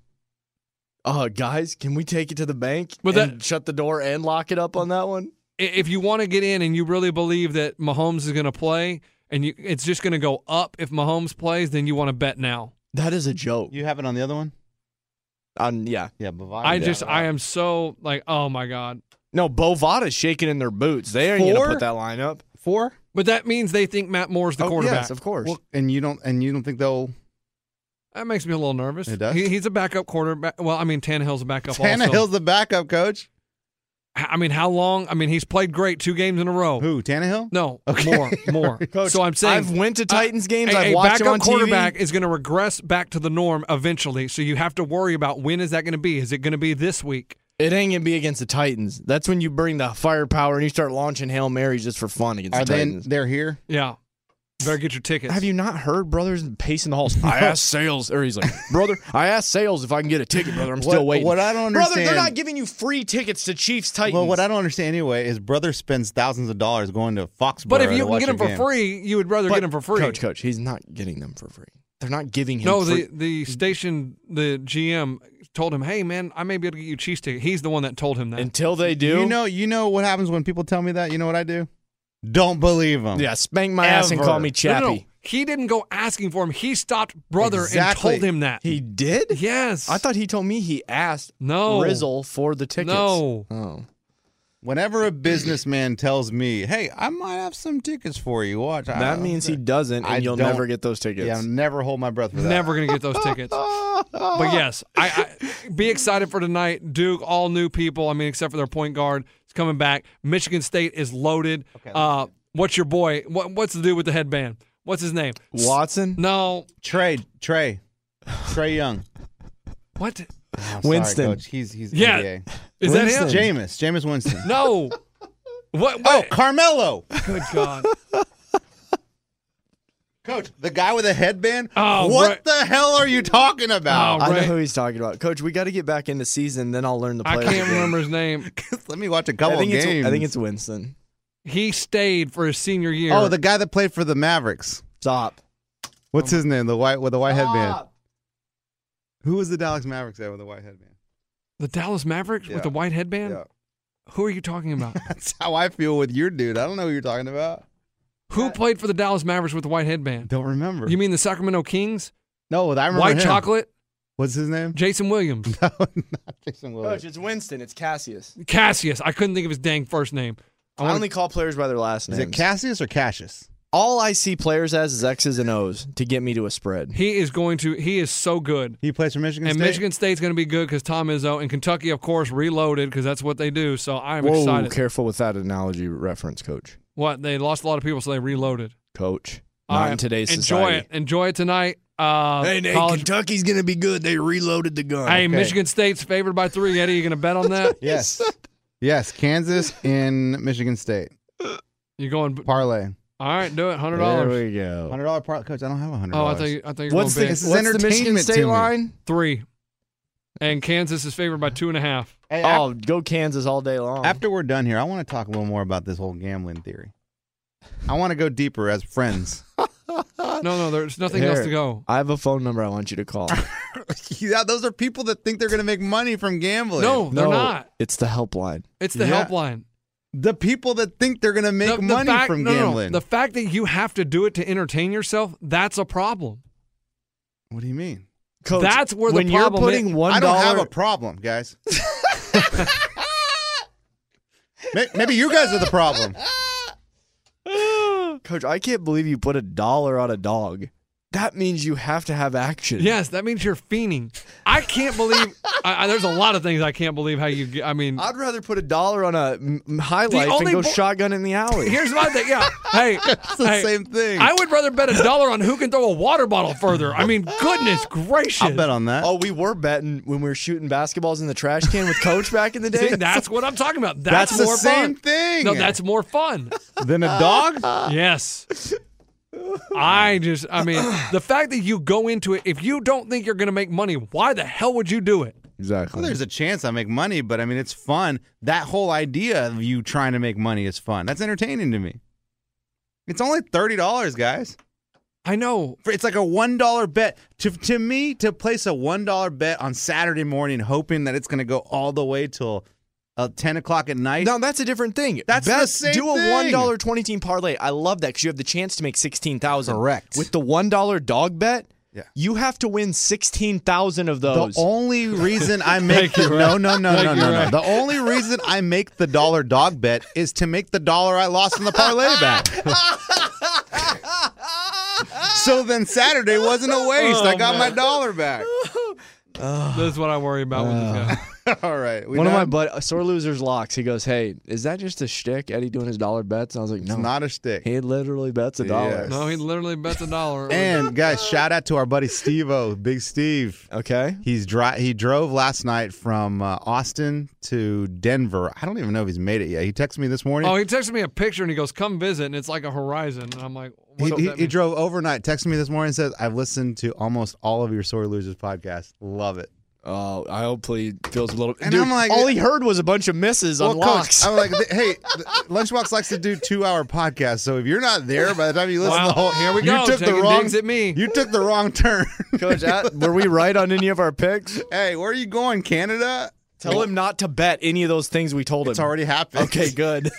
S4: Uh, guys, can we take it to the bank
S2: But
S4: and
S2: that-
S4: shut the door and lock it up on that one?
S2: I- If you want to get in and you really believe that Mahomes is going to play, and you, it's just going to go up if Mahomes plays, then you want to bet now.
S4: That is a joke.
S3: You have it on the other one?
S4: Um, yeah.
S3: Yeah, Bavada.
S2: I just I am so like oh my god.
S4: No, Bovada's shaking in their boots. They ain't going
S3: Four?
S4: to put that line up.
S3: four.
S2: But that means they think Matt Moore's the
S4: Oh,
S2: quarterback.
S4: Yes, of course.
S3: Well, and you don't and you don't think they'll
S2: That makes me a little nervous.
S3: It does?
S2: He, he's a backup quarterback. Well, I mean Tannehill's a backup.
S3: Tannehill's
S2: Also.
S3: the backup coach?
S2: H- I mean, how long? I mean, he's played great two games in a row.
S3: Who? Tannehill?
S2: No,
S3: Okay.
S4: <laughs>
S2: more, more.
S4: Coach,
S2: so I'm saying
S4: I've went to Titans games.
S2: a-
S4: I've
S2: a backup
S4: watched them on TV.
S2: quarterback is going to regress back to the norm eventually. So you have to worry about when is that going to be? Is it going to be this week?
S4: It ain't gonna be against the Titans. That's when you bring the firepower and you start launching hail marys just for fun against
S3: Are
S4: the
S3: they? in-
S4: Titans.
S3: They're here.
S2: Yeah, better get your tickets.
S4: Have you not heard brothers pacing the halls? <laughs> I asked sales, or he's like, brother, I asked sales if I can get a ticket, brother. I'm
S3: What-
S4: still waiting.
S3: what I don't
S4: brother, they're
S3: understand-
S4: not giving you free tickets to Chiefs Titans.
S3: Well, what I don't understand anyway is brother spends thousands of dollars going to Foxborough.
S2: But if
S3: to
S2: you can
S3: watch
S2: get
S3: a
S2: them for
S3: game.
S2: free, you would rather get them for free.
S4: coach, coach, he's not getting them for free. They're not giving him.
S2: no,
S4: free.
S2: the the station, the GM told him, "Hey, man, I may be able to get you a cheese ticket." He's the one that told him that.
S4: until they do.
S3: you know, you know what happens when people tell me that. You know what I do? Don't believe him.
S4: Yeah, spank my ass and
S3: Ever.
S4: call
S2: No,
S4: me
S2: no,
S4: Chappie.
S2: no. He didn't go asking for him. He stopped brother
S3: Exactly.
S2: and told him that.
S4: He did?
S2: yes.
S4: I thought he told me he asked
S2: No.
S4: Rizzle for the tickets.
S2: No.
S4: Oh.
S3: Whenever a businessman tells me, "Hey, I might have some tickets for you," watch. I
S4: That
S3: don't-
S4: means he doesn't, and
S3: I
S4: you'll
S3: don't-
S4: never get those tickets.
S3: Yeah, I'll never hold my breath for that.
S2: Never gonna get those tickets. but yes, I, I be excited for tonight. Duke, all new people. I mean, except for their point guard, is coming back. Michigan State is loaded. uh, what's your boy? What, what's the dude with the headband? What's his name?
S4: Watson?
S2: No,
S3: Trey, Trey, Trey
S4: <sighs>
S3: Young. Oh,
S2: what is
S3: I'm
S4: Winston.
S3: Sorry, coach. He's he's
S2: Yeah.
S3: NBA.
S2: that? Him?
S4: Winston.
S3: Jameis, Jameis Winston.
S2: <laughs> No. What?
S3: Oh,
S2: what?
S3: Carmelo.
S2: <laughs> Good God.
S3: Coach, the guy with the headband?
S2: Oh,
S3: what
S2: right.
S3: the hell are you talking about?
S2: Oh,
S4: I know
S2: right.
S4: who he's talking about. Coach, we got to get back into season, then I'll learn the
S2: I
S4: players.
S2: can't
S4: again.
S2: remember his name.
S3: <laughs> Let me watch a
S4: I
S3: couple
S4: think, it's,
S3: games.
S4: I think it's Winston.
S2: He stayed for his senior year.
S3: Oh, the guy that played for the Mavericks.
S4: Stop.
S3: What's
S2: Oh.
S3: his name? The white with the white headband. Who was the Dallas Mavericks guy with the white headband?
S2: The Dallas Mavericks
S3: Yeah.
S2: with the white headband?
S3: Yeah.
S2: Who are you
S3: <laughs>
S2: talking about?
S3: That's how I feel with your dude. I don't know who you're talking about.
S2: Who played for the Dallas Mavericks with the white headband?
S3: Don't remember.
S2: You mean the Sacramento Kings?
S3: no? I remember
S2: White
S3: him.
S2: chocolate?
S3: What's his name?
S2: Jason Williams.
S3: <laughs> no, not Jason Williams.
S4: Coach, it's Winston. It's Cassius.
S2: Cassius. I couldn't think of his dang first name.
S4: I, only call players by their last
S3: Is
S4: names.
S3: it Cassius or Cassius?
S4: All I see players as is X's and O's to get me to a spread.
S2: He is going to, he is so good.
S3: He plays for Michigan
S2: And
S3: State.
S2: Michigan State's going to be good because Tom Izzo and Kentucky, of course, reloaded because that's what they do. So I'm
S4: Whoa,
S2: excited.
S4: careful with that analogy reference, Coach.
S2: What? They lost a lot of people, so they reloaded.
S4: Coach,
S2: All
S4: not
S2: right,
S4: in today's
S2: enjoy
S4: society.
S2: it. Enjoy it tonight. Uh, college-
S4: Kentucky's gonna be good. They reloaded the gun.
S2: hey, Michigan State's favored by three. Eddie, you going to bet on that?
S3: <laughs> Yes. yes, Kansas and Michigan State.
S2: You're going.
S3: Parlay.
S2: All right, do it. Hundred
S4: there
S2: dollars.
S4: we go.
S3: $100 parlay. Coach, I don't have a $100.
S2: Oh, I thought you. I thought you were
S4: What's the,
S2: going big.
S3: This is
S4: what's the Michigan
S3: entertainment to
S4: State
S3: me.
S4: line?
S2: three? And Kansas is favored by two and a half.
S3: Hey, after-
S4: Oh, go Kansas all day long.
S3: After we're done here, I want to talk a little more about this whole gambling theory. I want to go deeper as friends.
S2: No, no, there's nothing else
S4: Here,
S2: to go.
S4: I have a phone number I want you
S2: <laughs>
S4: to call.
S3: <laughs> yeah, those are people that think they're going to make money from gambling.
S2: No, they're
S4: no,
S2: not.
S4: It's the helpline.
S2: It's the
S3: Yeah.
S2: helpline.
S3: the people that think they're going to make
S2: the, the
S3: money
S2: fact,
S3: from
S2: no, no, no.
S3: gambling.
S2: The fact that you have to do it to entertain yourself—that's a problem.
S3: what do you mean?
S4: Coach,
S2: That's where the
S4: when
S2: problem
S4: you're putting
S2: is.
S4: one
S3: I don't have a
S4: dollar-
S3: problem, guys. <laughs> May- Maybe you guys are the problem.
S4: Coach, I can't believe you put a dollar on a dog. That means you have to have action.
S2: Yes, that means you're fiending. I can't believe. <laughs> I, I, there's a lot of things I can't believe how you. get- I mean,
S4: I'd rather put a dollar on a m- m- highlight and
S2: only
S4: go
S2: bo-
S4: shotgun in the alley.
S2: here's my
S3: <laughs>
S2: thing. Yeah. Hey,
S3: It's the
S2: hey,
S3: same thing.
S2: I would rather bet a dollar on who can throw a water bottle further. I mean, goodness
S3: <laughs>
S2: gracious.
S3: I'll bet on that.
S4: Oh, we were betting when we were shooting basketballs in the trash can with Coach back in the
S2: <laughs>
S4: day.
S2: See,
S4: <laughs>
S2: that's what I'm talking about. That's,
S3: that's, the
S2: more
S3: same
S2: fun.
S3: thing. <laughs>
S2: No, that's more fun.
S3: than a <laughs> dog.
S2: yes. I just,
S3: <sighs>
S2: I mean, the fact that you go into it, if you don't think you're going to make money, why the hell would you do it?
S4: exactly.
S3: Well, there's a chance I make money, but I mean, it's fun. That whole idea of you trying to make money is fun. That's entertaining to me. It's only thirty dollars, guys. <sighs>
S2: I know.
S3: For- It's like a one dollar bet. To to me, to place a one dollar bet on Saturday morning, hoping that it's going to go all the way till uh, ten o'clock at night.
S4: Now that's a different thing.
S3: That's the
S4: Bet-
S3: same
S4: Do a
S3: thing.
S4: one dollar twenty team parlay. I love that because you have the chance to make sixteen thousand.
S3: Correct.
S4: With the one dollar dog bet,
S3: Yeah.
S4: you have to win sixteen thousand of
S3: the
S4: those. <laughs>
S3: only reason I make the, no no no no
S2: you,
S3: no no
S2: Rex.
S3: the only reason I make the dollar dog bet is to make the dollar I lost in the parlay
S4: <laughs>
S3: back. so then Saturday wasn't a waste.
S4: Oh,
S3: I got my dollar back. <laughs>
S2: This is what I worry about with
S3: Uh.
S2: this guy.
S3: All right, we
S4: one of my
S3: done?
S4: but sore losers locks. He goes, "Hey, is that just a shtick? Eddie doing his dollar bets?" And I was like, "No,
S3: It's not a stick.
S4: He literally bets a dollar.
S3: Yes.
S2: No, Oh, he literally bets
S3: <laughs>
S2: a dollar.
S3: And guys, shout out to our buddy Steve-O, Big Steve.
S4: Okay.
S3: He's dri- he drove last night from uh, Austin to Denver. I don't even know if he's made it yet. He texted me this morning.
S2: Oh, he texted me a picture and he goes, "Come visit," and it's like a horizon, and I'm like, what
S3: he,
S2: does
S3: he,
S2: that
S3: he
S2: mean?
S3: drove overnight, texted me this morning and says, I've listened to almost all of your Sore Losers podcast. Love it.
S4: Oh, I hopefully feels a little.
S3: And
S4: Dude,
S3: I'm like- uh,
S4: all he heard was a bunch of misses on locks. <laughs>
S3: I'm
S2: <laughs>
S3: like, th- hey, th- Lunchbox likes to do two hour podcasts. So if you're not there by the time you listen to
S2: Wow,
S3: the whole
S2: here we go,
S3: you took the
S2: taking
S3: wrong,
S2: digs at me.
S3: You took the wrong turn.
S4: Coach, I- were we right on any of our picks?
S3: <laughs> hey, where are you going, Canada? <laughs>
S4: Tell him not to bet any of those things we told him.
S3: It's already happened.
S4: Okay, good.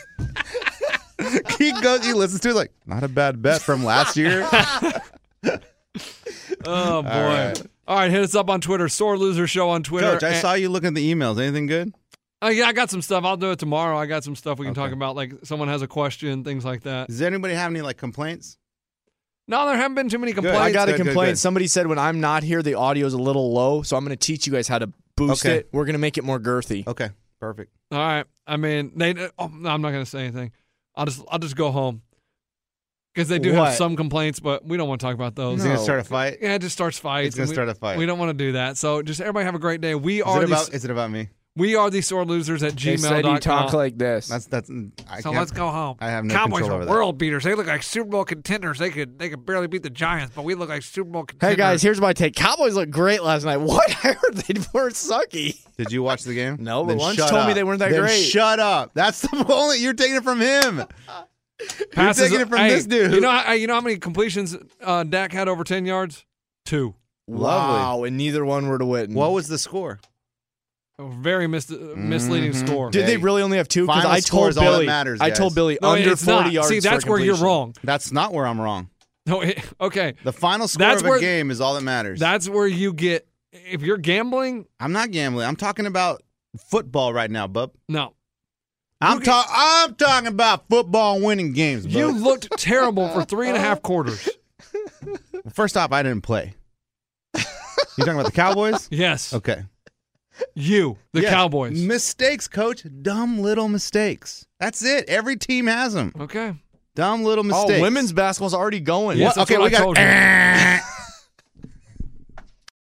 S3: <laughs> he goes, he listens to it like, not a bad bet from last
S2: <laughs>
S3: year.
S2: Oh boy! All right.
S3: right.
S2: hit us up on Twitter. Sore loser show on Twitter.
S3: Coach, I
S2: And-
S3: saw you looking at the emails. Anything good?
S2: Oh, yeah, I got some stuff. I'll do it tomorrow. I got some stuff we can talk
S3: Okay.
S2: about. Like someone has a question, things like that.
S3: Does anybody have any like complaints?
S2: No, there haven't been too many complaints.
S4: I got a
S3: Good, good,
S4: complaint.
S3: good.
S4: Somebody said when I'm not here, the audio is a little low, so I'm going to teach you guys how to boost
S3: Okay.
S4: it. We're going to make it more girthy.
S3: Okay, perfect.
S2: All right. I mean, they. Oh, no, I'm not gonna say anything. I'll just I'll just go home because they do
S4: What?
S2: have some complaints, but we don't want to talk about those.
S3: Is he gonna start a fight?
S2: Yeah, it just starts fights.
S3: It's gonna
S2: and we-
S3: start a fight.
S2: We don't want to do that. So just everybody have a great day. We
S3: Is
S2: are
S3: it
S2: the,
S3: about? Is it about me?
S2: we are the sore losers at gmail.com.
S4: like this.
S3: That's that's. mm, I
S2: so
S3: can't-
S2: let's go home.
S3: I have no
S2: Cowboys
S3: control
S2: are
S3: over that.
S2: world beaters. They look like Super Bowl contenders. They could they could barely beat the Giants, but we look like Super Bowl contenders.
S4: Hey guys, here's my take. Cowboys looked great last night. <laughs> What? I heard they were sucky.
S3: Did you watch the game?
S4: No, but
S3: Then
S4: Lunch
S3: shut
S4: told me
S3: up.
S4: they weren't that
S3: Then
S4: great.
S3: Shut up. That's <laughs> the only you're taking it from him.
S2: Passes-
S3: taking it from
S2: hey,
S3: this dude.
S2: You know, how- you know how many completions uh, Dak had over ten yards? Two.
S4: Wow, and neither one were to win.
S3: What was the score?
S2: A very mis- uh, misleading
S3: Mm-hmm.
S2: score.
S4: Did they
S3: Hey,
S4: really only have two? Because
S3: final
S4: I
S3: score
S4: told
S3: is all that
S4: Billy.
S3: matters,
S4: I
S3: guys.
S4: told Billy
S2: No,
S4: under
S2: it's
S4: 40
S2: not.
S4: yards.
S2: See, that's
S4: for
S2: where you're
S4: completion.
S2: wrong.
S3: That's not where I'm wrong.
S2: No, it- okay,
S3: The final score
S2: That's
S3: of a
S2: where-
S3: game is all that matters.
S2: that's where you get. If you're gambling,
S3: I'm not gambling. I'm talking about football right now, bub.
S2: no,
S3: I'm talking. I'm talking about football and winning games. Bub.
S2: you looked terrible for three and
S3: <laughs>
S2: a half quarters.
S3: First off, I didn't play. You talking about the
S2: <laughs>
S3: Cowboys?
S2: Yes,
S3: Okay.
S2: you, the
S3: Yes.
S2: Cowboys.
S3: Mistakes, coach. Dumb little mistakes. That's it. Every team has them.
S2: okay.
S3: Dumb little mistakes.
S4: Oh, women's basketball's already going.
S2: Yes,
S3: What?
S2: that's
S3: Okay,
S2: what
S3: we
S2: I
S3: got-
S2: told you.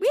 S8: We